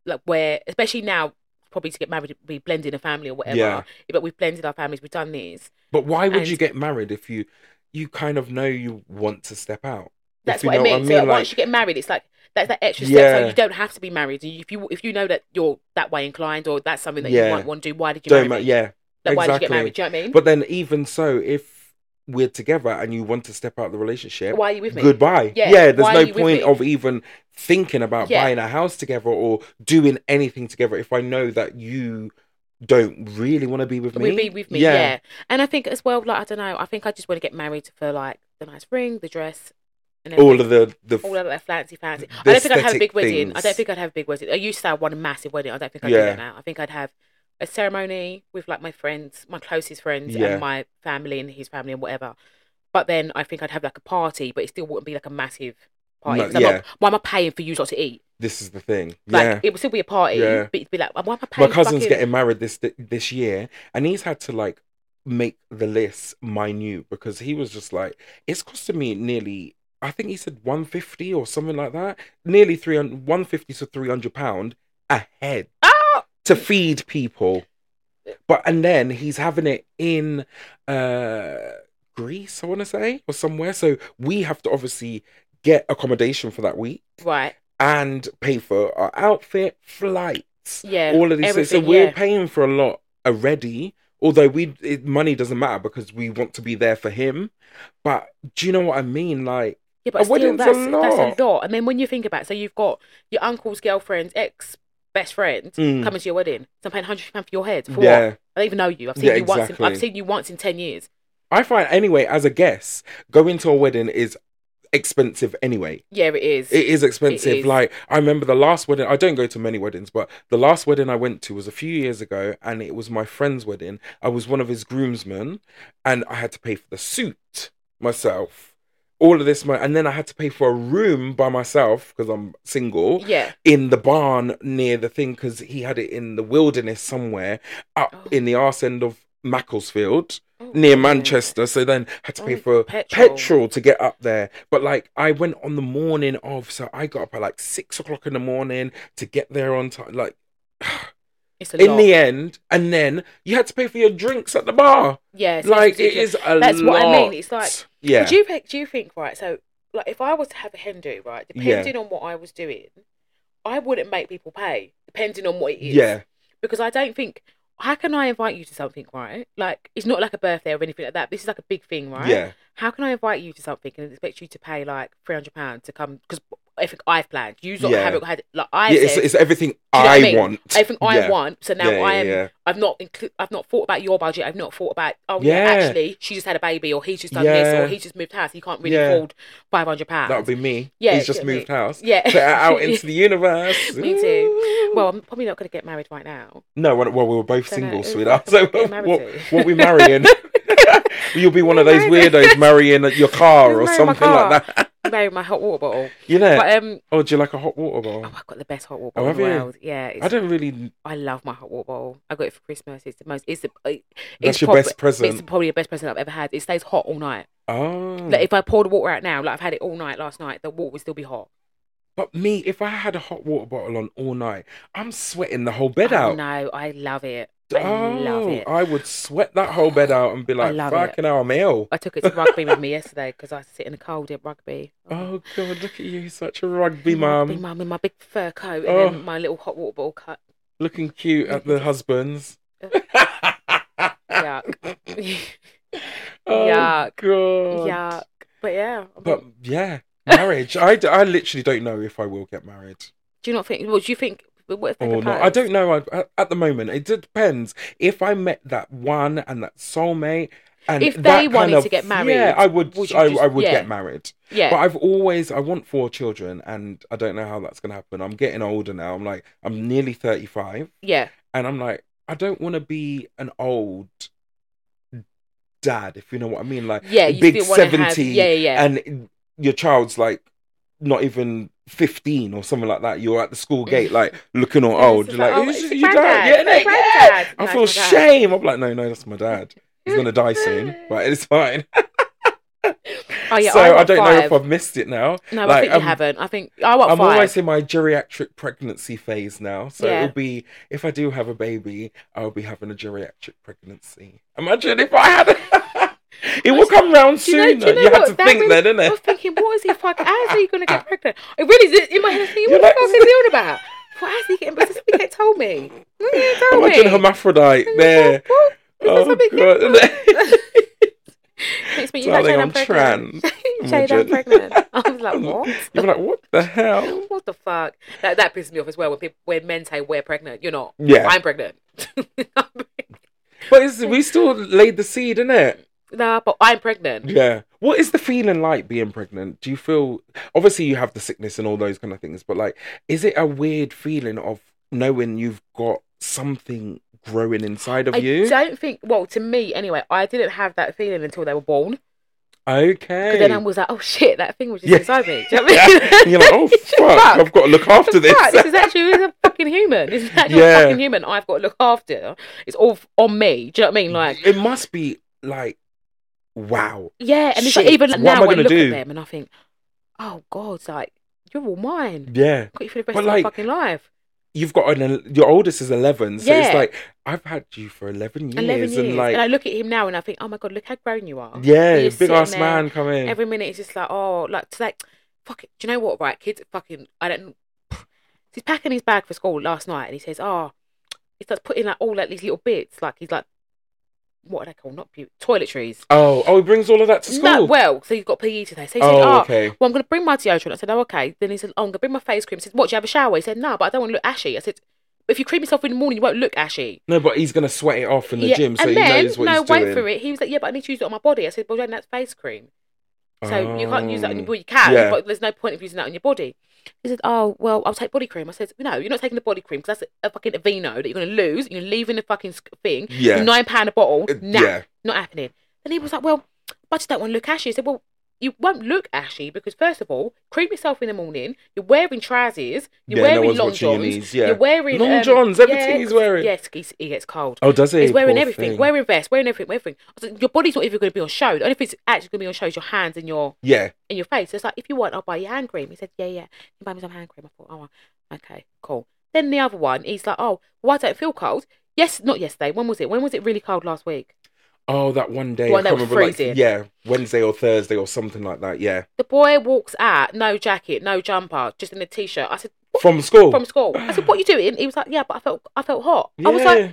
S2: like where, especially now, probably to get married, we blend in a family or whatever.
S1: Yeah.
S2: But we've blended our families, we've done this.
S1: But why would you
S2: And-
S1: get married if you you kind of know you want to step out? If
S2: That's
S1: you
S2: what I
S1: know
S2: mean. So like,
S1: Like,
S2: once you get married, it's like that's that extra step. So
S1: Yeah.
S2: you don't have to be married. You- If you if you know that you're that way inclined or that's something that you
S1: Yeah.
S2: might want to do, why did you
S1: don't
S2: marry?
S1: ma-
S2: me?
S1: yeah.
S2: like, why did you get
S1: exactly.
S2: married? Do you know what I mean?
S1: But then even so, if we're together and you want to step out of the relationship,
S2: why are you with me?
S1: goodbye.
S2: Yeah,
S1: there's
S2: why are
S1: no
S2: you with
S1: point
S2: me?
S1: of even thinking about
S2: Yeah.
S1: buying a house together or doing anything together if I know that you don't really want to be with me.
S2: With me, with me, yeah. And I think as well, like I don't know, I think I just want to get married for like the nice ring, the dress, and everything.
S1: All of the the
S2: all of that fancy, fancy.
S1: The
S2: I don't think I'd have a big
S1: aesthetic
S2: wedding. I don't
S1: things.
S2: think I'd have a big wedding. I used to have one massive wedding. I don't think I'd do
S1: Yeah.
S2: that now. I think I'd have a ceremony with like my friends, my closest friends,
S1: Yeah.
S2: and my family and his family and whatever. But then I think I'd have like a party, but it still wouldn't be like a massive party.
S1: No,
S2: 'Cause I'm not-
S1: yeah.
S2: why am I paying for you lot to eat?
S1: this is the thing.
S2: Like
S1: yeah.
S2: it would still be a party,
S1: Yeah.
S2: but it'd be like, why am I
S1: my
S2: paying?
S1: cousin's
S2: fucking...
S1: getting married this this year and he's had to like make the list minute because he was just like it's costing me nearly I think he said 150 or something like that. Nearly 300, 150 to 300 pound a head
S2: Oh,
S1: to feed people. But and then he's having it in uh Greece, I want to say, or somewhere. So we have to obviously get accommodation for that week
S2: right.
S1: and pay for our outfit, flights,
S2: Yeah.
S1: all of these things. So
S2: everything,
S1: we're
S2: yeah.
S1: paying for a lot already. Although we it, money doesn't matter because we want to be there for him. But do you know what I mean? Like
S2: Yeah,
S1: A
S2: but still,
S1: wedding's a
S2: that's that's
S1: lot.
S2: a lot. And then when you think about, it, so you've got your uncle's girlfriend's ex best friend
S1: Mm.
S2: coming to your wedding. So I'm paying hundred pounds for your head. For
S1: yeah.
S2: what? I don't even know you. I've seen
S1: Yeah,
S2: you once. In,
S1: exactly.
S2: I've seen you once in ten years.
S1: I find anyway, as a guest, going to a wedding is expensive anyway.
S2: Yeah, it is.
S1: It is expensive.
S2: is.
S1: Like I remember the last wedding. I don't go to many weddings, but the last wedding I went to was a few years ago, and it was my friend's wedding. I was one of his groomsmen, and I had to pay for the suit myself. All of this money, and then I had to pay for a room by myself because I'm single
S2: yeah.
S1: in the barn near the thing because he had it in the wilderness somewhere up
S2: Oh.
S1: in the arse end of Macclesfield
S2: Oh,
S1: near
S2: God.
S1: Manchester, so then had to pay
S2: Oh,
S1: for
S2: petrol.
S1: petrol. to get up there. But like I went on the morning of, so I got up at like six o'clock in the morning to get there on time. Like
S2: It's a
S1: in
S2: lot.
S1: the end, and then you had to pay for your drinks at the bar.
S2: yeah, so it's
S1: like it
S2: ridiculous.
S1: is a
S2: That's what I mean,
S1: lot.
S2: it's like-
S1: yeah,
S2: Do you think? Do you think right? So, like, if I was to have a hen do right,
S1: Yeah.
S2: depending on what I was doing, I wouldn't make people pay depending on what it is.
S1: yeah,
S2: Because I don't think. How can I invite you to something, right? Like, it's not like a birthday or anything like that. This is like a big thing, right?
S1: yeah,
S2: How can I invite you to something and expect you to pay like three hundred pounds to come? Because everything I've planned, you lot
S1: Yeah.
S2: haven't had. Like
S1: yeah.
S2: I
S1: It's,
S2: said,
S1: it's everything
S2: know what
S1: I,
S2: I mean?
S1: want.
S2: everything I
S1: yeah.
S2: want. So now
S1: yeah,
S2: I
S1: yeah,
S2: am.
S1: yeah.
S2: I've not inclu- I've not thought about your budget. I've not thought about oh yeah,
S1: Yeah.
S2: actually she just had a baby or he's just done this
S1: Yeah.
S2: or he's just moved house. He can't really
S1: Yeah.
S2: afford five hundred
S1: That would
S2: pounds.
S1: be me.
S2: Yeah,
S1: he's just
S2: yeah, yeah.
S1: moved house.
S2: Yeah.
S1: So uh, out into the universe.
S2: Me too.
S1: Ooh.
S2: well, I'm probably not going to get married right now.
S1: No, well, well, we were both
S2: So no,
S1: single,
S2: who the
S1: sweetheart.
S2: fuck am I
S1: So
S2: getting
S1: what,
S2: married
S1: what,
S2: to?
S1: what we marrying? You'll be one of those
S2: Married.
S1: weirdos marrying your car
S2: Who's
S1: or
S2: marrying my
S1: something like that.
S2: Marry my hot water bottle.
S1: You know?
S2: But um,
S1: oh, do you like a hot water
S2: oh,
S1: bottle?
S2: I've got the best hot water
S1: Oh,
S2: bottle in the
S1: have you?
S2: world. Yeah, it's,
S1: I don't really.
S2: I love my hot water bottle. I got it for Christmas. It's the most. It's the. It's
S1: That's your
S2: prob-
S1: best
S2: It's
S1: present.
S2: probably the best present I've ever had. It stays hot all night.
S1: Oh,
S2: Like if I pour the water out now, like I've had it all night last night, the water would still be hot.
S1: but me, if I had a hot water bottle on all night, I'm sweating the whole bed
S2: oh,
S1: out.
S2: No, I love it. I love
S1: Oh,
S2: it.
S1: I would sweat that whole bed out and be like,
S2: love it.
S1: "Fucking hell, I'm ill."
S2: I took it to rugby with me yesterday because I sit in the cold at rugby.
S1: Oh God, look at you, such a rugby
S2: Be
S1: mum,
S2: mum in my big fur coat and
S1: Oh.
S2: then my little hot water bottle cut.
S1: looking cute at the husbands.
S2: Uh, Yuck.
S1: Oh,
S2: Yuck.
S1: God.
S2: Yuck. But yeah. I'm
S1: But
S2: not-
S1: yeah, marriage. I, d- I literally don't know if I will get married
S2: do you not think? Well, do you think? What if they
S1: or not. Oh, I
S2: propose?
S1: don't know. I, at- at the moment, it depends. If I met that one and that soulmate, and
S2: If they
S1: that kind
S2: wanted to
S1: of-
S2: get married,
S1: yeah, I would.
S2: would you
S1: I,
S2: just-
S1: I would
S2: yeah.
S1: get married.
S2: Yeah.
S1: But I've always I want four children, and I don't know how that's gonna happen. I'm getting older now. I'm like I'm nearly thirty five,
S2: yeah.
S1: and I'm like I don't want to be an old dad, if you know what I mean. Like
S2: Yeah. You
S1: big
S2: still want to have?
S1: 70
S2: Yeah. Yeah. yeah.
S1: and your child's like not even 15 or something like that you're at the school gate like looking all
S2: Yeah, it's
S1: old
S2: just
S1: you're like,
S2: like, oh,
S1: who's
S2: it's
S1: your
S2: your
S1: dad?
S2: granddad,
S1: yeah, innit?
S2: it's your granddad.
S1: yeah. i
S2: No,
S1: feel
S2: it's my dad.
S1: shame i'm like no no that's my dad he's gonna die soon but it's fine
S2: oh yeah.
S1: so
S2: I, want
S1: don't know
S2: five.
S1: if i've missed it now
S2: No, I
S1: like,
S2: think
S1: I'm-
S2: you haven't. I think oh, I want
S1: i'm
S2: five.
S1: always in my geriatric pregnancy phase now so
S2: Yeah.
S1: it'll be if i do have a baby i'll be having a geriatric pregnancy imagine if i had a it will come round
S2: Do you know-
S1: soon
S2: do you
S1: though.
S2: know
S1: you had
S2: what?
S1: to
S2: That
S1: think
S2: really-
S1: then didn't
S2: I
S1: it
S2: was thinking, what is he fucking? How is he going to get pregnant? It really is in my head. I was thinking, what
S1: You're
S2: the
S1: like-
S2: fuck is he on about? What is he getting? But this get told me. You didn't tell
S1: Imagine
S2: me.
S1: hermaphrodite there.
S2: What? Is
S1: Oh
S2: this
S1: god.
S2: Next week, you
S1: Darling,
S2: like, Jade, I'm
S1: I'm
S2: pregnant.
S1: trans.
S2: Jade, I'm
S1: Imagine.
S2: pregnant. I was like, what?
S1: You're like, what the hell?
S2: What the fuck? That that pisses me off as well when people when men say we're pregnant. You're not.
S1: Yeah.
S2: I'm pregnant.
S1: But it's, we still laid the seed, innit?
S2: nah, but I'm pregnant.
S1: Yeah. What is the feeling like being pregnant? Do you feel obviously you have the sickness and all those kind of things, but like is it a weird feeling of knowing you've got something growing inside of
S2: I
S1: you?
S2: don't think. Well, to me anyway, I didn't have that feeling until they were born.
S1: Okay.
S2: But then I was like, oh shit, that thing was just
S1: Yeah.
S2: inside me. Do you know what I mean?
S1: Yeah. You're like, oh fuck, I've got to look after this.
S2: Fuck, this is actually this is a fucking human. This is actually
S1: Yeah.
S2: a fucking human I've got to look after. It's all f- on me. Do you know what I mean? Like,
S1: it must be like wow
S2: yeah, and it's
S1: Shit,
S2: like even like,
S1: what am
S2: now
S1: I
S2: I,
S1: gonna
S2: look
S1: do?
S2: at them and I think, oh God, like you're all mine.
S1: Yeah.
S2: Got you for the rest
S1: But,
S2: of
S1: like,
S2: your fucking life.
S1: You've got an el- your oldest is eleven, so
S2: Yeah.
S1: it's like I've had you for eleven years,
S2: Eleven years,
S1: and like
S2: I look at him now and I think, oh my God, look how grown you are.
S1: yeah,
S2: you're
S1: big ass
S2: sitting there,
S1: man come in.
S2: Every minute it's just like, oh, like to like, fuck it. Do you know what? Right, kids, fucking, I don't. He's packing his bag for school last night, and he says, oh, he starts putting like all like these little bits, like he's like, what are they called? Not beauty, toiletries.
S1: oh, oh, he brings all of that to school.
S2: No, well, so you've got PE today. So he said,
S1: oh,
S2: oh,
S1: okay.
S2: well, I'm going to bring my deodorant. I said, oh, okay. Then he said, oh, I'm going to bring my face cream. I said, what, do you have a shower? He said, no, but I don't want to look ashy. I said, but if you cream yourself in the morning, you won't look ashy.
S1: No, but he's gonna sweat it off in the
S2: Yeah,
S1: gym, so
S2: and
S1: he
S2: then,
S1: knows what
S2: no,
S1: he's
S2: wait
S1: doing.
S2: for it. He was like, yeah, but I need to use it on my body. I said, well, then that's face cream. So you can't use that on your
S1: Oh.
S2: well, you can,
S1: Yeah.
S2: but there's no point of using that on your body. He said, Oh, well, I'll take body cream. I said, No, you're not taking the body cream because that's a fucking Aveeno that you're going to lose. You're leaving the fucking sc- thing.
S1: Yeah.
S2: Nine pound a bottle.
S1: Uh,
S2: Nah,
S1: yeah.
S2: not happening. Then he was like, Well, but I just don't want to look ashy. I said, Well, you won't look ashy because, first of all, cream yourself in the morning. You're wearing trousers. You're
S1: Yeah, no
S2: wearing
S1: one's
S2: long
S1: watching your
S2: johns.
S1: knees, yeah.
S2: You're wearing
S1: Long
S2: um,
S1: johns, everything he's wearing.
S2: Yes, he's, he gets cold.
S1: Oh, does he?
S2: He's wearing
S1: Poor
S2: everything,
S1: thing.
S2: wearing vests, wearing everything, wearing everything. I was like, your body's not even going to be on show. The only thing that's actually going to be on show is your hands and your
S1: Yeah.
S2: in your face. So it's like, if you want, I'll buy you hand cream. He said, yeah, yeah. He buy me some hand cream. I thought, oh, okay, cool. Then the other one, he's like, oh, why don't it feel cold? Yes, not yesterday. When was it? When was it really cold last week?
S1: Oh, that one day.
S2: The one
S1: I can't
S2: that was
S1: remember, like,
S2: freezing.
S1: yeah, Wednesday or Thursday or something like that. Yeah,
S2: The boy walks out, no jacket, no jumper, just in a t-shirt. I said, what?
S1: from school.
S2: from school. I said, what are you doing? He was like, yeah, but I felt, I felt hot. I was like,
S1: Yeah.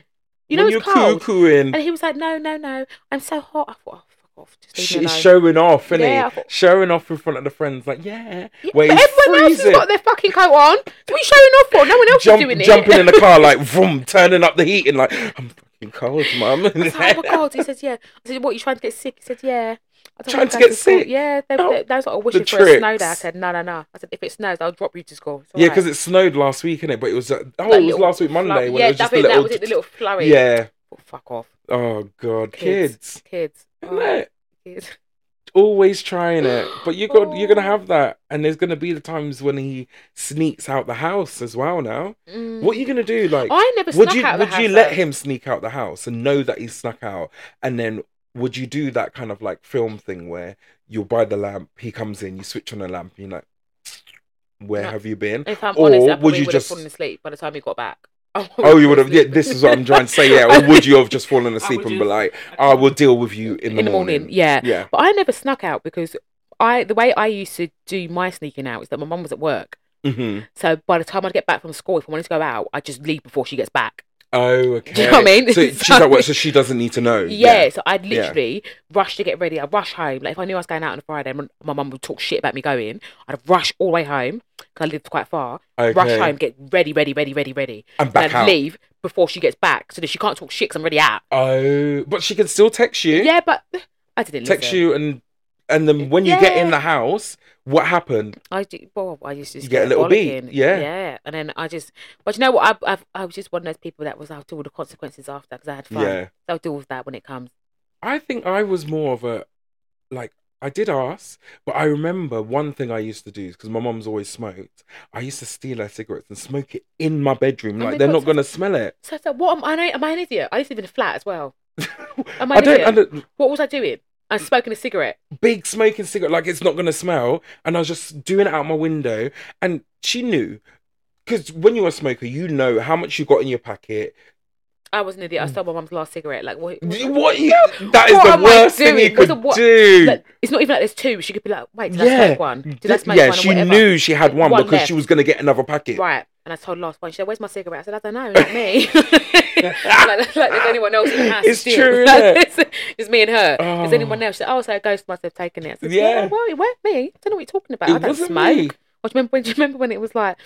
S2: you know,
S1: When
S2: it's
S1: you're
S2: cold.
S1: cuckooing,
S2: And he was like, no, no, no, I'm so hot. I thought, oh, fuck off, just leave me
S1: She's
S2: alone.
S1: showing off, isn't
S2: Yeah, I
S1: yeah,
S2: thought-
S1: Showing off in front of the friends, like, yeah.
S2: Yeah,
S1: Where
S2: but
S1: he's
S2: everyone else has
S1: freezing.
S2: got their fucking coat on. What are you showing off for? No one else
S1: Jump,
S2: is doing it.
S1: jumping in the car, like, vroom, turning up the heat, and like, I'm fucking cold, mum.
S2: I was like, oh my god! He said, "Yeah." I said, "What? You trying to get sick?" He said, "Yeah." I don't
S1: Trying
S2: want
S1: to
S2: go
S1: get
S2: school.
S1: sick?
S2: Yeah, they,
S1: Oh,
S2: they, they was like, "I wish it for a snow day." I
S1: tricks.
S2: said, "No, no, no." I said, "If it snows, I'll drop you to school." It's all
S1: yeah,
S2: right."
S1: because it snowed last week, innit? But it was, uh, oh,
S2: Like
S1: it was
S2: little
S1: last week, Monday,
S2: flow-
S1: when
S2: yeah,
S1: it was just the
S2: that, was-
S1: little.
S2: that was it. The little flurry.
S1: yeah.
S2: Oh, fuck off,
S1: Oh, God. Kids.
S2: Kids. kids.
S1: Isn't
S2: Oh,
S1: it?
S2: kids.
S1: always trying it but you got you're gonna
S2: Oh.
S1: have that and there's gonna be the times when he sneaks out the house as well now
S2: Mm.
S1: what are you gonna do like
S2: I never
S1: would
S2: snuck
S1: you
S2: out of
S1: would
S2: the house,
S1: you let
S2: though.
S1: him sneak out the house and know that he snuck out and then would you do that kind of like film thing where you'll buy the lamp he comes in you switch on the lamp and you're like where
S2: No.
S1: have you been
S2: If I'm
S1: Or
S2: honest, I
S1: would
S2: probably
S1: you
S2: would
S1: just-
S2: have fallen asleep by the time he got back.
S1: oh you would have yeah this is what i'm trying to say yeah or would you have just fallen asleep and be
S2: just-
S1: like i will deal with you in the,
S2: in the morning. Yeah.
S1: yeah
S2: But I never snuck out because I the way I used to do my sneaking out is that my mum was at work.
S1: hmm
S2: So by the time I get back from school, if I wanted to go out, I just leave before she gets back.
S1: oh okay
S2: Do you know what I mean?
S1: so she's
S2: So-
S1: at work so she doesn't need to know
S2: Yeah, so I'd
S1: Yeah.
S2: literally rush to get ready. I'd rush home. Like if I knew I was going out on a Friday and my mum would talk shit about me going, I'd rush all the way home because I lived quite far.
S1: okay.
S2: Rush home, get ready, ready, ready, ready, ready.
S1: and
S2: And
S1: back
S2: I'd
S1: out.
S2: leave before she gets back so that she can't talk shit 'cause I'm already out.
S1: Oh, but she can still text you.
S2: Yeah, but I didn't
S1: text
S2: listen.
S1: you and and then when you get in
S2: Yeah.
S1: the house, what happened?
S2: I do. Well, I used to just
S1: You get a little beat,
S2: rollicking.
S1: yeah.
S2: yeah. And then I just, but you know what? I, I've, I was just one of those people that was after all the consequences after because I had fun.
S1: Yeah,
S2: So I'll deal with that when it comes.
S1: I think I was more of a like I did ask, but I remember one thing I used to do because my mum's always smoked. I used to steal her cigarettes and smoke it in my bedroom,
S2: Oh
S1: like
S2: my
S1: they're
S2: God,
S1: not
S2: so-
S1: gonna smell it.
S2: So, so what am I? Am I an idiot? I used to live in a flat as well. Am I
S1: I
S2: an
S1: don't
S2: idiot?
S1: under
S2: What was I doing? I was smoking a cigarette.
S1: big smoking cigarette, like it's not gonna smell. And I was just doing it out my window, and she knew. Because when you're a smoker, you know how much you got in your packet,
S2: I was an idiot. I stole my mum's last cigarette. Like what?
S1: You- What you? That is
S2: What
S1: the
S2: am I
S1: worst thing you
S2: doing? What
S1: could
S2: the- what-
S1: do.
S2: Like, it's not even like there's two. She could be like, wait, did I smoke one? Did I smoke
S1: yeah,
S2: one? or
S1: she
S2: whatever?
S1: knew she had one,
S2: One
S1: because she
S2: left.
S1: was going to get another packet.
S2: Right. And I told the last one. She said, "Where's my cigarette?" I said, "I don't know, not me." like, like there's anyone else in the house.
S1: It's
S2: still.
S1: true,
S2: Like,
S1: innit?
S2: it's, it's me and her. Is
S1: Oh.
S2: anyone else? She said, "Oh, so a ghost must have taken it." I said,
S1: Yeah.
S2: yeah. Well, it weren't me. I don't know what you're talking about. I
S1: It
S2: don't
S1: wasn't
S2: smoke.
S1: me.
S2: Or do you remember when? Do you remember when it was like,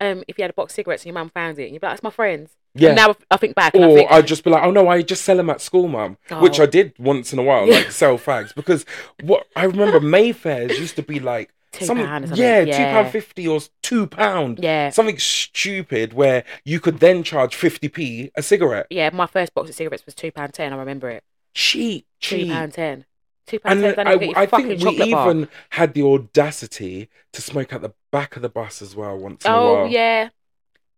S2: um, if you had a box of cigarettes and your mum found it, and you'd be like, "That's my friends."
S1: Yeah.
S2: And now I think back and I
S1: or
S2: think,
S1: I'd just be like, oh no, I just sell them at school, mum, which
S2: Oh.
S1: I did once in a while,
S2: Yeah.
S1: like sell fags. Because what I remember Mayfairs used to be like
S2: Two
S1: some,
S2: pound or something,
S1: yeah, two
S2: yeah.
S1: pound fifty or s- two pound,
S2: yeah,
S1: something stupid where you could then charge fifty p a cigarette,
S2: yeah. My first box of cigarettes was two pound ten. I remember it.
S1: cheap,
S2: Two
S1: cheap.
S2: pound ten. Two pound
S1: And
S2: ten.
S1: I,
S2: I, get your
S1: I
S2: fucking
S1: think we
S2: chocolate bar.
S1: even had the audacity to smoke at the back of the bus as well once in a
S2: Oh
S1: while.
S2: yeah,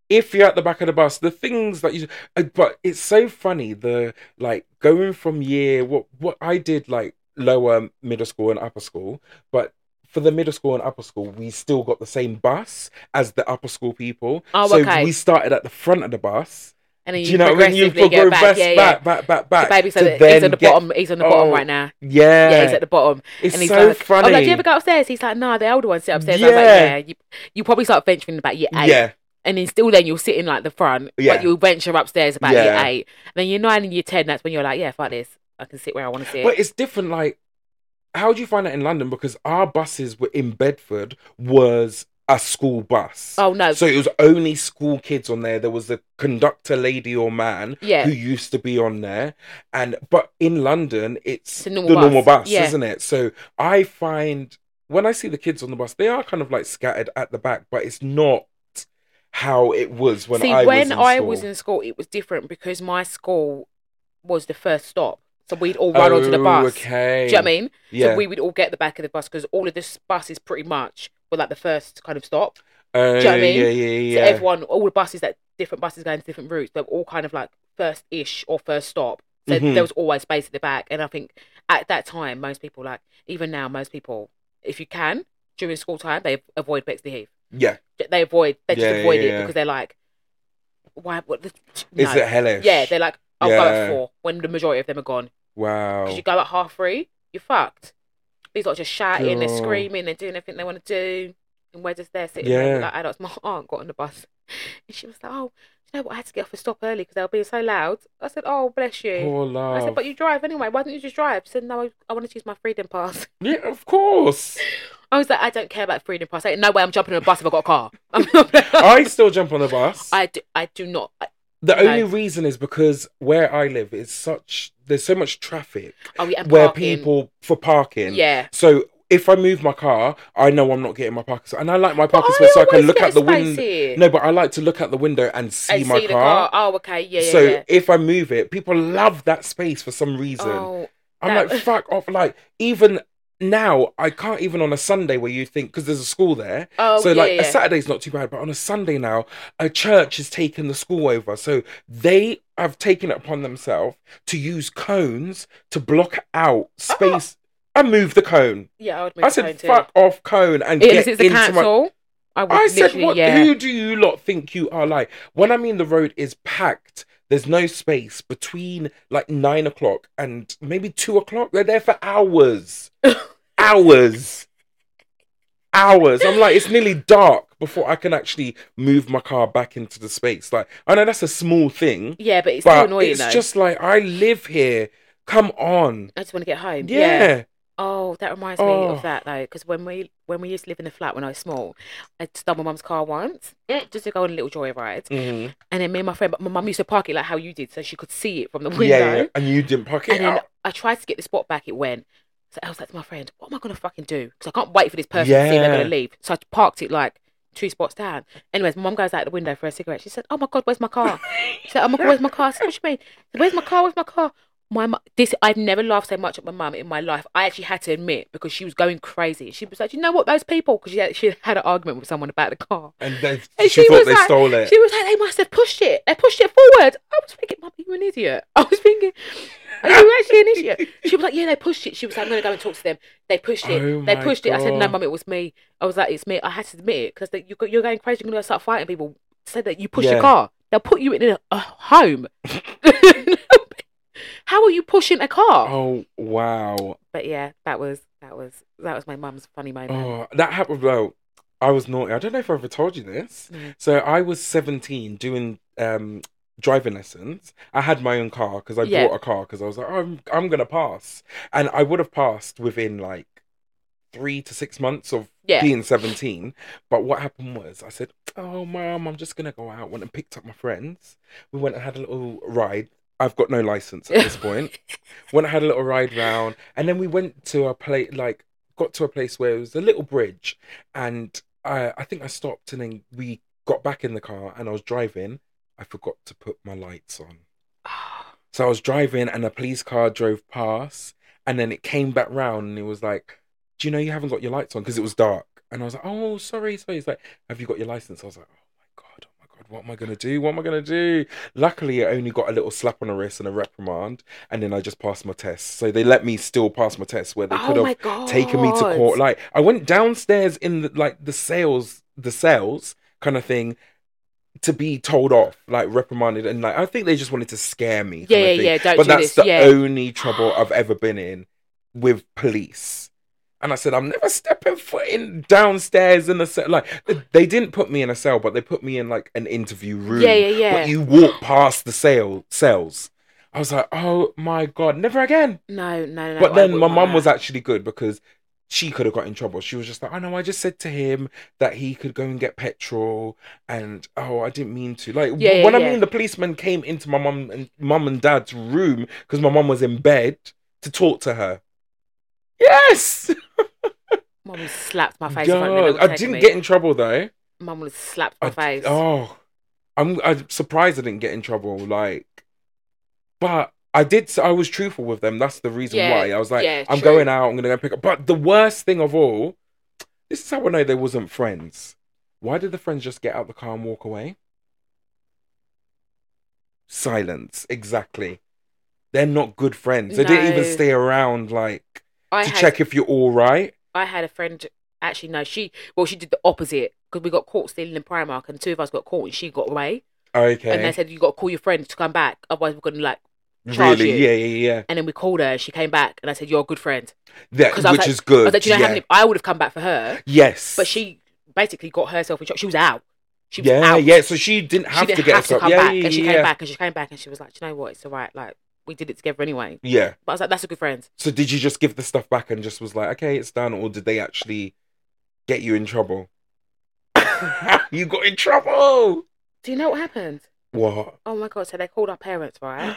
S1: If you're at the back of the bus, the things that you. uh, But it's so funny the like going from year what what I did like lower middle school and upper school, but for the middle school and upper school, we still got the same bus as the upper school people.
S2: Oh,
S1: so
S2: okay.
S1: we started at the front of the bus.
S2: And then
S1: Do
S2: you,
S1: you know when you
S2: progressively
S1: go
S2: go back.
S1: back,
S2: Yeah, yeah.
S1: back, back, back, back,
S2: Baby, so
S1: to
S2: that he's
S1: then
S2: on the
S1: get-
S2: bottom. He's on the bottom
S1: Oh,
S2: right now.
S1: Yeah,
S2: Yeah. he's at the bottom.
S1: it's
S2: and he's
S1: so
S2: like,
S1: funny.
S2: I'm like, do you ever go upstairs? He's like, no, the older ones sit upstairs. I was like,
S1: Yeah.
S2: yeah, you, you probably start venturing about year eight.
S1: yeah,
S2: And then still then you'll sit in like the front,
S1: Yeah.
S2: but you'll venture upstairs about
S1: Yeah.
S2: year eight. And then year nine and year ten, that's when you're like, yeah, fuck this. I can sit where I want to sit.
S1: but it's different. Like, how do you find that in London? Because our buses were in Bedford was a school bus.
S2: oh, no.
S1: So it was only school kids on there. There was the conductor lady or man
S2: yeah.
S1: who used to be on there. And but in London, it's
S2: It's a normal
S1: the
S2: bus.
S1: normal bus,
S2: Yeah.
S1: isn't it? So I find when I see the kids on the bus, they are kind of like scattered at the back, but it's not how it was when
S2: See,
S1: I
S2: when
S1: was in
S2: I
S1: school.
S2: was in school, it was different because my school was the first stop. So we'd all run onto the bus.
S1: Oh, Okay.
S2: Do you know what I mean?
S1: Yeah.
S2: So we would all get the back of the bus because all of this buses pretty much were like the first kind of stop.
S1: Oh,
S2: what I mean?
S1: Yeah, yeah,
S2: So
S1: yeah.
S2: everyone, all the buses that different buses going to different routes, they're all kind of like first ish or first stop. So
S1: Mhm.
S2: there was always space at the back. And I think at that time, most people, like even now, most people, if you can during school time, they avoid Bexley Heath.
S1: yeah.
S2: They avoid, they
S1: Yeah,
S2: just avoid
S1: yeah,
S2: it
S1: yeah.
S2: because they're like, why? What the?
S1: Is it hellish?
S2: Yeah, they're like, I'll go
S1: Yeah.
S2: at four when the majority of them are gone. Because
S1: wow.
S2: you go at half three, you're fucked. These lot just shouting, they're
S1: Girl.
S2: screaming, they're doing everything they want to do. And we're just there sitting there with
S1: Yeah.
S2: like adults. My aunt got on the bus and she was like, Oh, you know what? I had to get off a stop early because they were being so loud. I said, Oh, bless you.
S1: Poor love.
S2: I said, But you drive anyway. Why don't you just drive? She said, No, I, I want to use my freedom pass.
S1: Yeah, of course.
S2: I was like, I don't care about freedom pass. I ain't no way I'm jumping on a bus if I've got a car. I'm not-
S1: I still jump on the bus.
S2: I, do, I do not. I,
S1: The
S2: No.
S1: only reason is because where I live is such there's so much traffic
S2: oh, yeah, and
S1: where
S2: parking.
S1: people for parking.
S2: Yeah.
S1: So if I move my car, I know I'm not getting my parking spot, and I like my
S2: But
S1: parking spot so I can
S2: always
S1: look
S2: get
S1: out the
S2: a space
S1: window.
S2: here.
S1: No, but I like to look out the window and see
S2: and
S1: my
S2: see
S1: car.
S2: the car. Oh, okay, yeah, yeah,
S1: so
S2: yeah.
S1: if I move it, people love that space for some reason.
S2: Oh,
S1: I'm
S2: that-
S1: like fuck off. Like even now, I can't even on a Sunday where you think because there's a school there.
S2: oh,
S1: so
S2: yeah,
S1: like
S2: yeah.
S1: a Saturday's not too bad, but on a Sunday now, a church has taken the school over. So they have taken it upon themselves to use cones to block out space. I moved the cone.
S2: yeah, Oh. I would move
S1: I
S2: the cone
S1: said,
S2: too.
S1: "Fuck off, cone!" and
S2: It-
S1: get
S2: is it the
S1: into my.
S2: council? I, would
S1: I said,
S2: literally-
S1: "What?
S2: Yeah.
S1: Who do you lot think you are?" Like when I mean the road is packed. There's no space between like nine o'clock and maybe two o'clock. They're there for hours, hours, hours. I'm like, it's nearly dark before I can actually move my car back into the space. Like I know that's a small thing,
S2: yeah, but it's still
S1: but
S2: annoying
S1: it's
S2: though.
S1: just like I live here. Come on,
S2: I just want to get home.
S1: yeah,
S2: Oh, that reminds me
S1: Oh.
S2: of that though, because when we when we used to live in the flat when I was small, I stole my mum's car once eh, just to go on a little joyride,
S1: Mhm.
S2: and then me and my friend, but my mum used to park it like how you did, so she could see it from the
S1: yeah,
S2: window.
S1: yeah, yeah. And you didn't park it
S2: And then
S1: out.
S2: I tried to get the spot back, it went. So I was like to my friend, what am I going to fucking do? Because I can't wait for this person to see if they're going
S1: Yeah.
S2: to leave. So I parked it like two spots down. Anyways, my mum goes out the window for a cigarette. She said, oh my God, where's my car? She said, oh my God, where's my car? I said, what do you mean? I said, Where's my car? Where's my car? My mu- this I've never laughed so much at my mum in my life. I actually had to admit because she was going crazy. She was like, you know what, those people, because she had, she had an argument with someone about the car.
S1: And then
S2: And
S1: she,
S2: she
S1: thought
S2: was
S1: they
S2: like-
S1: stole it.
S2: She was like, they must have pushed it. They pushed it forward. I was thinking, Mum, are you an idiot? I was thinking, are you actually an idiot? She was like, yeah, they pushed it. She was like, I'm going to go and talk to them. They pushed it.
S1: Oh
S2: they
S1: my
S2: pushed it. I said, no,
S1: God.
S2: Mum, it was me. I was like, it's me. I had to admit it because you, go- you're going crazy. You're going to start fighting people. Said that you pushed
S1: Yeah.
S2: your car. They'll put you in a, a home. How are you pushing a car?
S1: Oh wow!
S2: But yeah, that was that was that was my mum's funny moment.
S1: Oh, that happened. Well, I was naughty. I don't know if I ever told you this.
S2: Mm.
S1: So I was seventeen doing um driving lessons. I had my own car because I
S2: Yeah.
S1: bought a car because I was like, I'm I'm gonna pass, and I would have passed within like three to six months of
S2: yeah.
S1: being 17. But what happened was I said, Oh, mom, I'm just going to go out. Went and picked up my friends. We went and had a little ride. I've got no license at this point. went and had a little ride round. And then we went to a place, like, got to a place where it was a little bridge. And I, I think I stopped and then we got back in the car and I was driving. I forgot to put my lights on. So I was driving and a police car drove past and then it came back round and it was like, Do you know you haven't got your lights on? Because it was dark. And I was like, Oh, sorry, sorry. He's like, Have you got your license? I was like, Oh my God, oh my God, what am I gonna do? What am I gonna do? Luckily, I only got a little slap on the wrist and a reprimand, and then I just passed my test. So they let me still pass my test where they could have
S2: oh my god.
S1: taken me to court. Like I went downstairs in the, like the sales, the sales kind of thing, to be told off, like reprimanded, and like I think they just wanted to scare me. kind
S2: yeah,
S1: of
S2: yeah,
S1: thing.
S2: yeah. Don't
S1: But
S2: do
S1: that's
S2: this.
S1: the
S2: yeah.
S1: only trouble I've ever been in with police. And I said, I'm never stepping foot in downstairs in a cell. Like th- they didn't put me in a cell, but they put me in like an interview room.
S2: yeah, yeah, yeah.
S1: But you walk past the cell cells. I was like, oh my god, never again.
S2: no, no, no.
S1: But
S2: I
S1: then
S2: wouldn't
S1: my
S2: want
S1: mum was
S2: that.
S1: actually good because she could have got in trouble. She was just like, I know, I just said to him that he could go and get petrol, and oh, I didn't mean to. Like,
S2: Yeah, yeah,
S1: when I
S2: yeah.
S1: mean the policeman came into my mum and mum and dad's room because my mum was in bed to talk to her. Yes,
S2: Mum slapped my face. if I'd
S1: God,
S2: never
S1: I
S2: taken
S1: didn't
S2: me.
S1: get in trouble though.
S2: Mum would have slapped my
S1: I,
S2: face.
S1: Oh, I'm I'm surprised I didn't get in trouble. Like, but I did. s- I was truthful with them. That's the reason
S2: Yeah,
S1: why I was like,
S2: yeah,
S1: I'm
S2: true.
S1: going out. I'm gonna go pick up. But the worst thing of all, this is how I know they wasn't friends. Why did the friends just get out the car and walk away? Silence. Exactly. They're not good friends. They didn't even
S2: No.
S1: stay around like
S2: I
S1: to
S2: had,
S1: check if you're all right.
S2: I had a friend. Actually, no, she. Well, she did the opposite because we got caught stealing in Primark, and two of us got caught, and she got away. And they
S1: Okay.
S2: said you got to call your friend to come back, otherwise we're gonna like. charge
S1: Really?
S2: you.
S1: Yeah, yeah, yeah.
S2: And then we called her, and she came back, and I said, "You're a good friend."
S1: That,
S2: 'Cause I was
S1: which
S2: like-
S1: is
S2: I
S1: good.
S2: was like, "Do you know how
S1: yeah.
S2: many?" I would have come back for her,
S1: Yes.
S2: but she basically got herself in trouble. She was out. She was
S1: yeah,
S2: out.
S1: yeah. So she didn't
S2: she
S1: have
S2: didn't
S1: to get
S2: have to
S1: herself.
S2: come
S1: yeah,
S2: back,
S1: yeah,
S2: and she
S1: yeah.
S2: came back, and she came back, and she was like, "Do you know what? It's all right. Like we did it together anyway."
S1: Yeah.
S2: But I was like, "That's a good friend."
S1: So did you just give the stuff back and just was like, okay, it's done, or did they actually get you in trouble? you got in trouble.
S2: Do you know what happened?
S1: What?
S2: Oh my god! So they called our parents, right?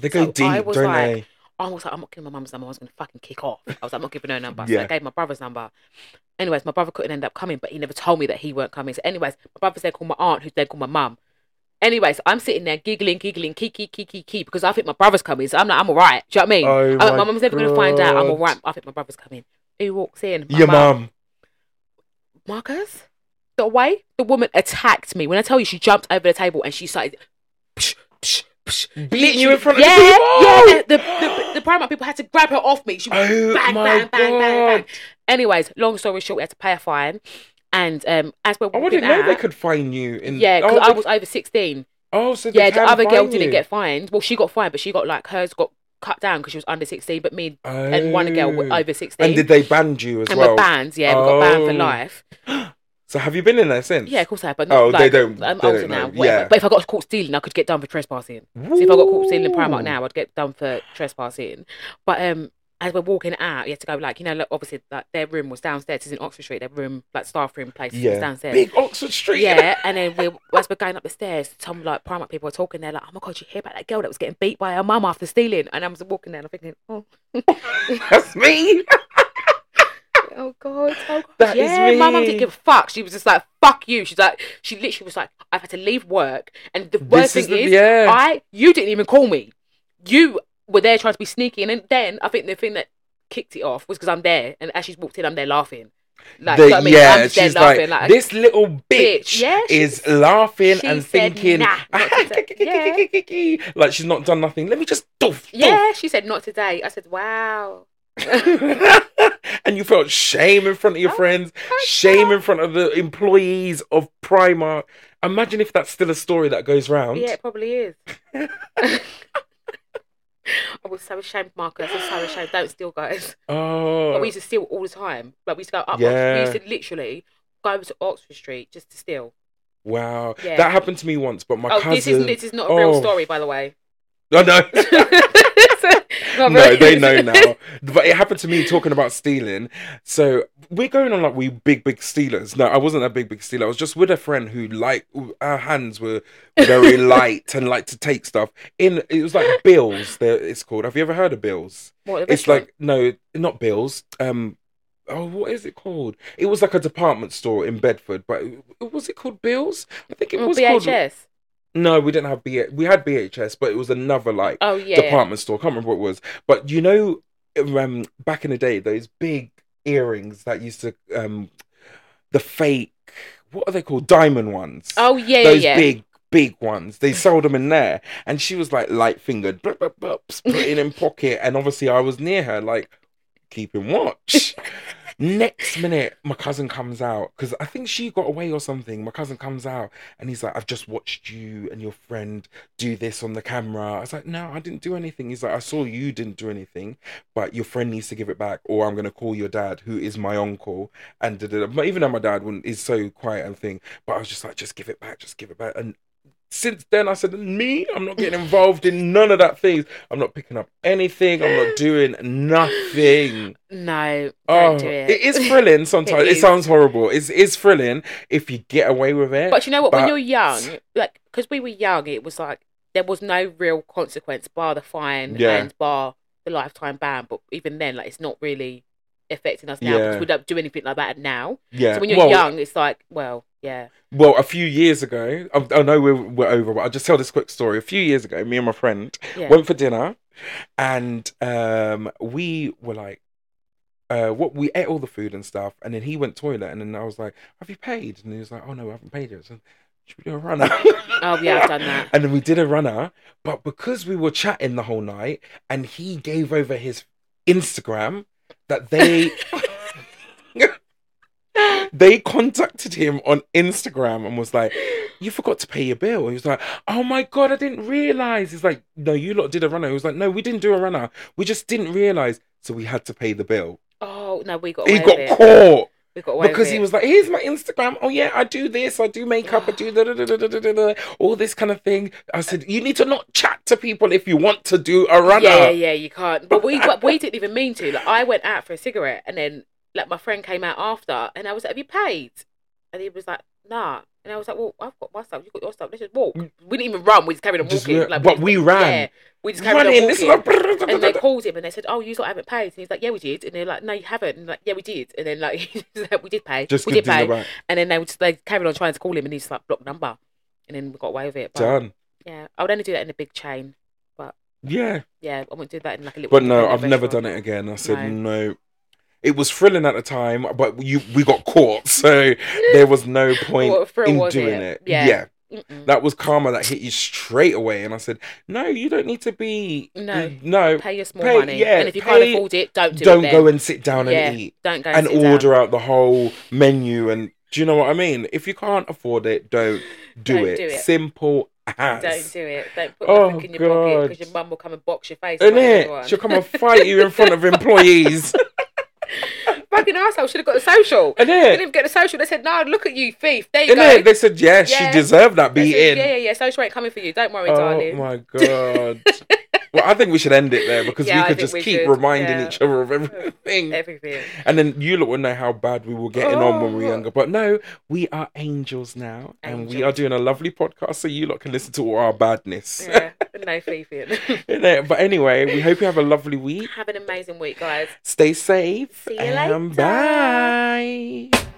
S1: They go
S2: So
S1: deep,
S2: I was
S1: don't
S2: like-
S1: they?
S2: I was like, I'm not giving my mum's number. I was going to fucking kick off. I was like, I'm not giving her number. So
S1: Yeah.
S2: I gave my brother's number. Anyways, my brother couldn't end up coming, but he never told me that he weren't coming. So, anyways, my brother's then called my aunt, who's then called my mum. Anyways, I'm sitting there giggling, giggling, kiki, kiki, kiki, because I think my brother's coming. So I'm like, I'm all right. Do you know what I mean?
S1: Oh
S2: I'm like,
S1: my
S2: my mum's never going to find out. I'm all
S1: God.
S2: right. I think my brother's coming. Who walks in? My
S1: Your mum.
S2: Marcus? The way the woman attacked me, when I tell you she jumped over the table and she started. Psh, psh, psh,
S1: Beating you in front of
S2: yeah,
S1: the
S2: Yeah,
S1: people.
S2: the, the, the Primark people had to grab her off me. She was
S1: Oh
S2: bang,
S1: my
S2: bang, bang, bang, bang.
S1: God.
S2: Anyways, long story short, we had to pay a fine. And um, as
S1: I
S2: we're walking
S1: wouldn't know
S2: out,
S1: they could find you in.
S2: yeah, because
S1: oh,
S2: I
S1: they-
S2: was over 16.
S1: Oh, so they
S2: Yeah, the
S1: can
S2: other girl
S1: find
S2: didn't
S1: you.
S2: get fined. Well, she got fined, but she got like hers got cut down because she was under 16. But me
S1: Oh.
S2: and one girl were over 16.
S1: And did they ban you as
S2: And
S1: well?
S2: we're banned. Yeah, we got banned for
S1: Oh.
S2: life.
S1: So have you been in there since?
S2: Yeah, of course I have. But not,
S1: Oh, they
S2: like,
S1: don't.
S2: I'm
S1: they
S2: older
S1: don't
S2: now.
S1: know.
S2: Whatever.
S1: Yeah.
S2: But if I got caught stealing, I could get done for trespassing. So if I got caught stealing Primark
S1: Ooh.
S2: now, I'd get done for trespassing. But um, as we're walking out, you had to go like you know, like, obviously like their room was downstairs. It's in Oxford Street. Their room, like staff room place,
S1: Yeah.
S2: was downstairs.
S1: Big Oxford Street.
S2: Yeah, and then we as we're going up the stairs, some like Primark people are talking. They're like, "Oh my god, you hear about that girl that was getting beat by her mum after stealing?" And I'm just walking there, and I'm thinking, "Oh,
S1: That's me.
S2: oh god, oh god."
S1: That is
S2: yeah, my mum
S1: me.
S2: didn't give a fuck. She was just like, "Fuck you." She's like, she literally was like, "I've had to leave work," and the worst thing is,
S1: yeah.
S2: I you didn't even call me. You were there trying to be sneaky, and then, then I think the thing that kicked it off was because I'm there, and as she's walked in, I'm there laughing. Like,
S1: The-
S2: do you know what I mean?
S1: yeah,
S2: I'm just there
S1: she's like,
S2: laughing. Like,
S1: this little bitch
S2: bitch. Yeah, she-
S1: is laughing
S2: she
S1: and
S2: said,
S1: thinking,
S2: "Nah, not today."
S1: like she's not done nothing. Let me just doof, doof.
S2: yeah, she said not today. I said, wow.
S1: and you felt shame in front of your
S2: Oh
S1: friends, shame in front of the employees of Primark. Imagine if that's still a story that goes round.
S2: Yeah, it probably is. I was so ashamed, Marcus. I was so ashamed. Don't steal, guys.
S1: Oh,
S2: But we used to steal all the time. Like we used to go up.
S1: Yeah.
S2: We used to literally go to Oxford Street just to steal.
S1: wow.
S2: Yeah.
S1: That happened to me once, but my
S2: oh,
S1: cousin.
S2: this is this is not a real
S1: Oh.
S2: story, by the way.
S1: Oh, no.
S2: Not
S1: no,
S2: really.
S1: they know now. But it happened to me talking about stealing. So we're going on like we big, big stealers. No, I wasn't a big, big stealer. I was just with a friend who like our hands were very light and like to take stuff. In it was like bills. they're- It's called. Have you ever heard of bills?
S2: What, the
S1: It's
S2: restaurant?
S1: like no, not bills. Um. Oh, what is it called? It was like a department store in Bedford, but was it called Bills? I think it
S2: Oh,
S1: was called.
S2: BHS.
S1: No, we didn't have B. We had BHS, but it was another like
S2: Oh yeah.
S1: department store. Can't remember what it was, but you know, um, back in the day, those big earrings that used to, um, the fake. what are they called? Diamond ones.
S2: Oh yeah,
S1: Those
S2: yeah, yeah.
S1: big, big ones. They sold them in there. And she was like light fingered, blip, blip, blip, splitting in pocket. And obviously I was near her, like keeping watch. Next minute, my cousin comes out because I think she got away or something. My cousin comes out and he's like, I've just watched you and your friend do this on the camera. I was like, No, I didn't do anything. He's like, I saw you didn't do anything, but your friend needs to give it back, or I'm going to call your dad, who is my uncle. And da, da, da. But even though my dad wouldn't, is so quiet and thing, but I was just like, Just give it back, just give it back. And since then, I said, Me, I'm not getting involved in none of that things. I'm not picking up anything, I'm not doing nothing.
S2: No, don't
S1: Oh,
S2: do it.
S1: it is thrilling sometimes. it,
S2: is.
S1: sounds horrible. It's it's thrilling if you get away with it.
S2: But you know what?
S1: But-
S2: when you're young, like because we were young, it was like there was no real consequence bar the fine
S1: Yeah.
S2: and bar the lifetime ban. But even then, like it's not really affecting us now
S1: Yeah.
S2: because we don't do anything like that now.
S1: yeah.
S2: So when you're
S1: well,
S2: young, it's like, well, yeah,
S1: well, a few years ago, I, I know we're we're over, but I'll just tell this quick story. A few years ago, me and my friend
S2: yeah.
S1: went for dinner, and um, we were like, uh, what we ate all the food and stuff, and then he went toilet, and then I was like, "Have you paid?" And he was like, "Oh no, I haven't paid yet." So should we do a runner?
S2: oh yeah, I've done that.
S1: And then we did a runner, but because we were chatting the whole night and he gave over his Instagram that they they contacted him on Instagram and was like, You forgot to pay your bill. He was like, Oh my god, I didn't realise. He's like, No, you lot did a runner. He was like, No, we didn't do a runner. We just didn't realise. So we had to pay the bill.
S2: Oh no, we got away
S1: He
S2: with
S1: got
S2: it.
S1: caught
S2: We got away
S1: because
S2: with
S1: he
S2: it.
S1: was like, "Here's my Instagram. Oh yeah, I do this. I do makeup. I do da da da da da da da da. All this kind of thing." I said, "You need to not chat to people if you want to do a runner."
S2: Yeah, yeah, yeah, you can't. But we but we didn't even mean to. Like I went out for a cigarette and then like my friend came out after and I was like, Have you paid? And he was like, Nah. And I was like, Well, I've got my stuff, you've got your stuff, let's just walk. We didn't even run, we just carried on
S1: Mm. Just
S2: walking.
S1: ran-
S2: like,
S1: but
S2: just-
S1: we ran.
S2: Yeah, we just carried
S1: running.
S2: on
S1: This is
S2: walking.
S1: like,
S2: and they called him and they said, "Oh, you lot haven't paid." And he's like, "Yeah, we did." And they're like, "No, you haven't." And like, "Yeah, we did." And then like, he's like, "We did pay.
S1: just
S2: we did
S1: continue
S2: pay."
S1: back.
S2: And then they would they carried on trying to call him, and he's like, "Block number." And then we got away with it. But,
S1: Done.
S2: yeah, I would only do that in a big chain.
S1: Yeah,
S2: Yeah, I wouldn't do that in like a little.
S1: but no,
S2: independent
S1: I've never
S2: restaurant.
S1: done it again. I said no.
S2: No.
S1: It was thrilling at the time, but you we got caught, so there was no point
S2: What thrill
S1: in
S2: was
S1: doing it.
S2: it?
S1: Yeah.
S2: Yeah. Mm-mm.
S1: that was karma that hit you straight away, and I said, "No, you don't need to be
S2: No.
S1: no."
S2: Pay your small
S1: Pay-
S2: money,
S1: yeah,
S2: and if you can't
S1: pay-
S2: afford it, don't do
S1: Don't
S2: it.
S1: go and sit down and
S2: Yeah.
S1: eat.
S2: don't go
S1: and
S2: sit down.
S1: order out the whole menu and do you know what I mean? If you can't afford it, don't do
S2: Don't
S1: it.
S2: do it.
S1: Simple as.
S2: Don't do it. Don't put
S1: Oh,
S2: nothing in your pocket
S1: God.
S2: because your mum will come and box your face. in
S1: Isn't
S2: front of
S1: it?
S2: everyone.
S1: She'll come and fight you in front of employees.
S2: Fucking asshole. Should have got the social.
S1: Isn't
S2: They
S1: it?
S2: didn't get the social. They said, "No, look at you, thief." There you
S1: Isn't
S2: go.
S1: it? They said, yeah,
S2: Yeah.
S1: she deserved that
S2: They said,
S1: beating.
S2: Yeah, yeah, yeah. Social ain't coming for you. Don't worry,
S1: Oh
S2: darling.
S1: my God. well, I think we should end it there because
S2: Yeah, I
S1: we could
S2: think
S1: just
S2: we
S1: keep
S2: should.
S1: reminding
S2: Yeah.
S1: each other of everything.
S2: Everything.
S1: And then you lot will know how bad we were getting on when we were
S2: Oh.
S1: younger. But no, we are angels now. And we are
S2: Angels.
S1: doing a lovely podcast so you lot can listen to all our badness.
S2: Yeah. No thieving.
S1: Innit? But anyway, we hope you have a lovely week.
S2: Have an amazing week, guys.
S1: Stay safe.
S2: See you
S1: and
S2: later.
S1: Bye.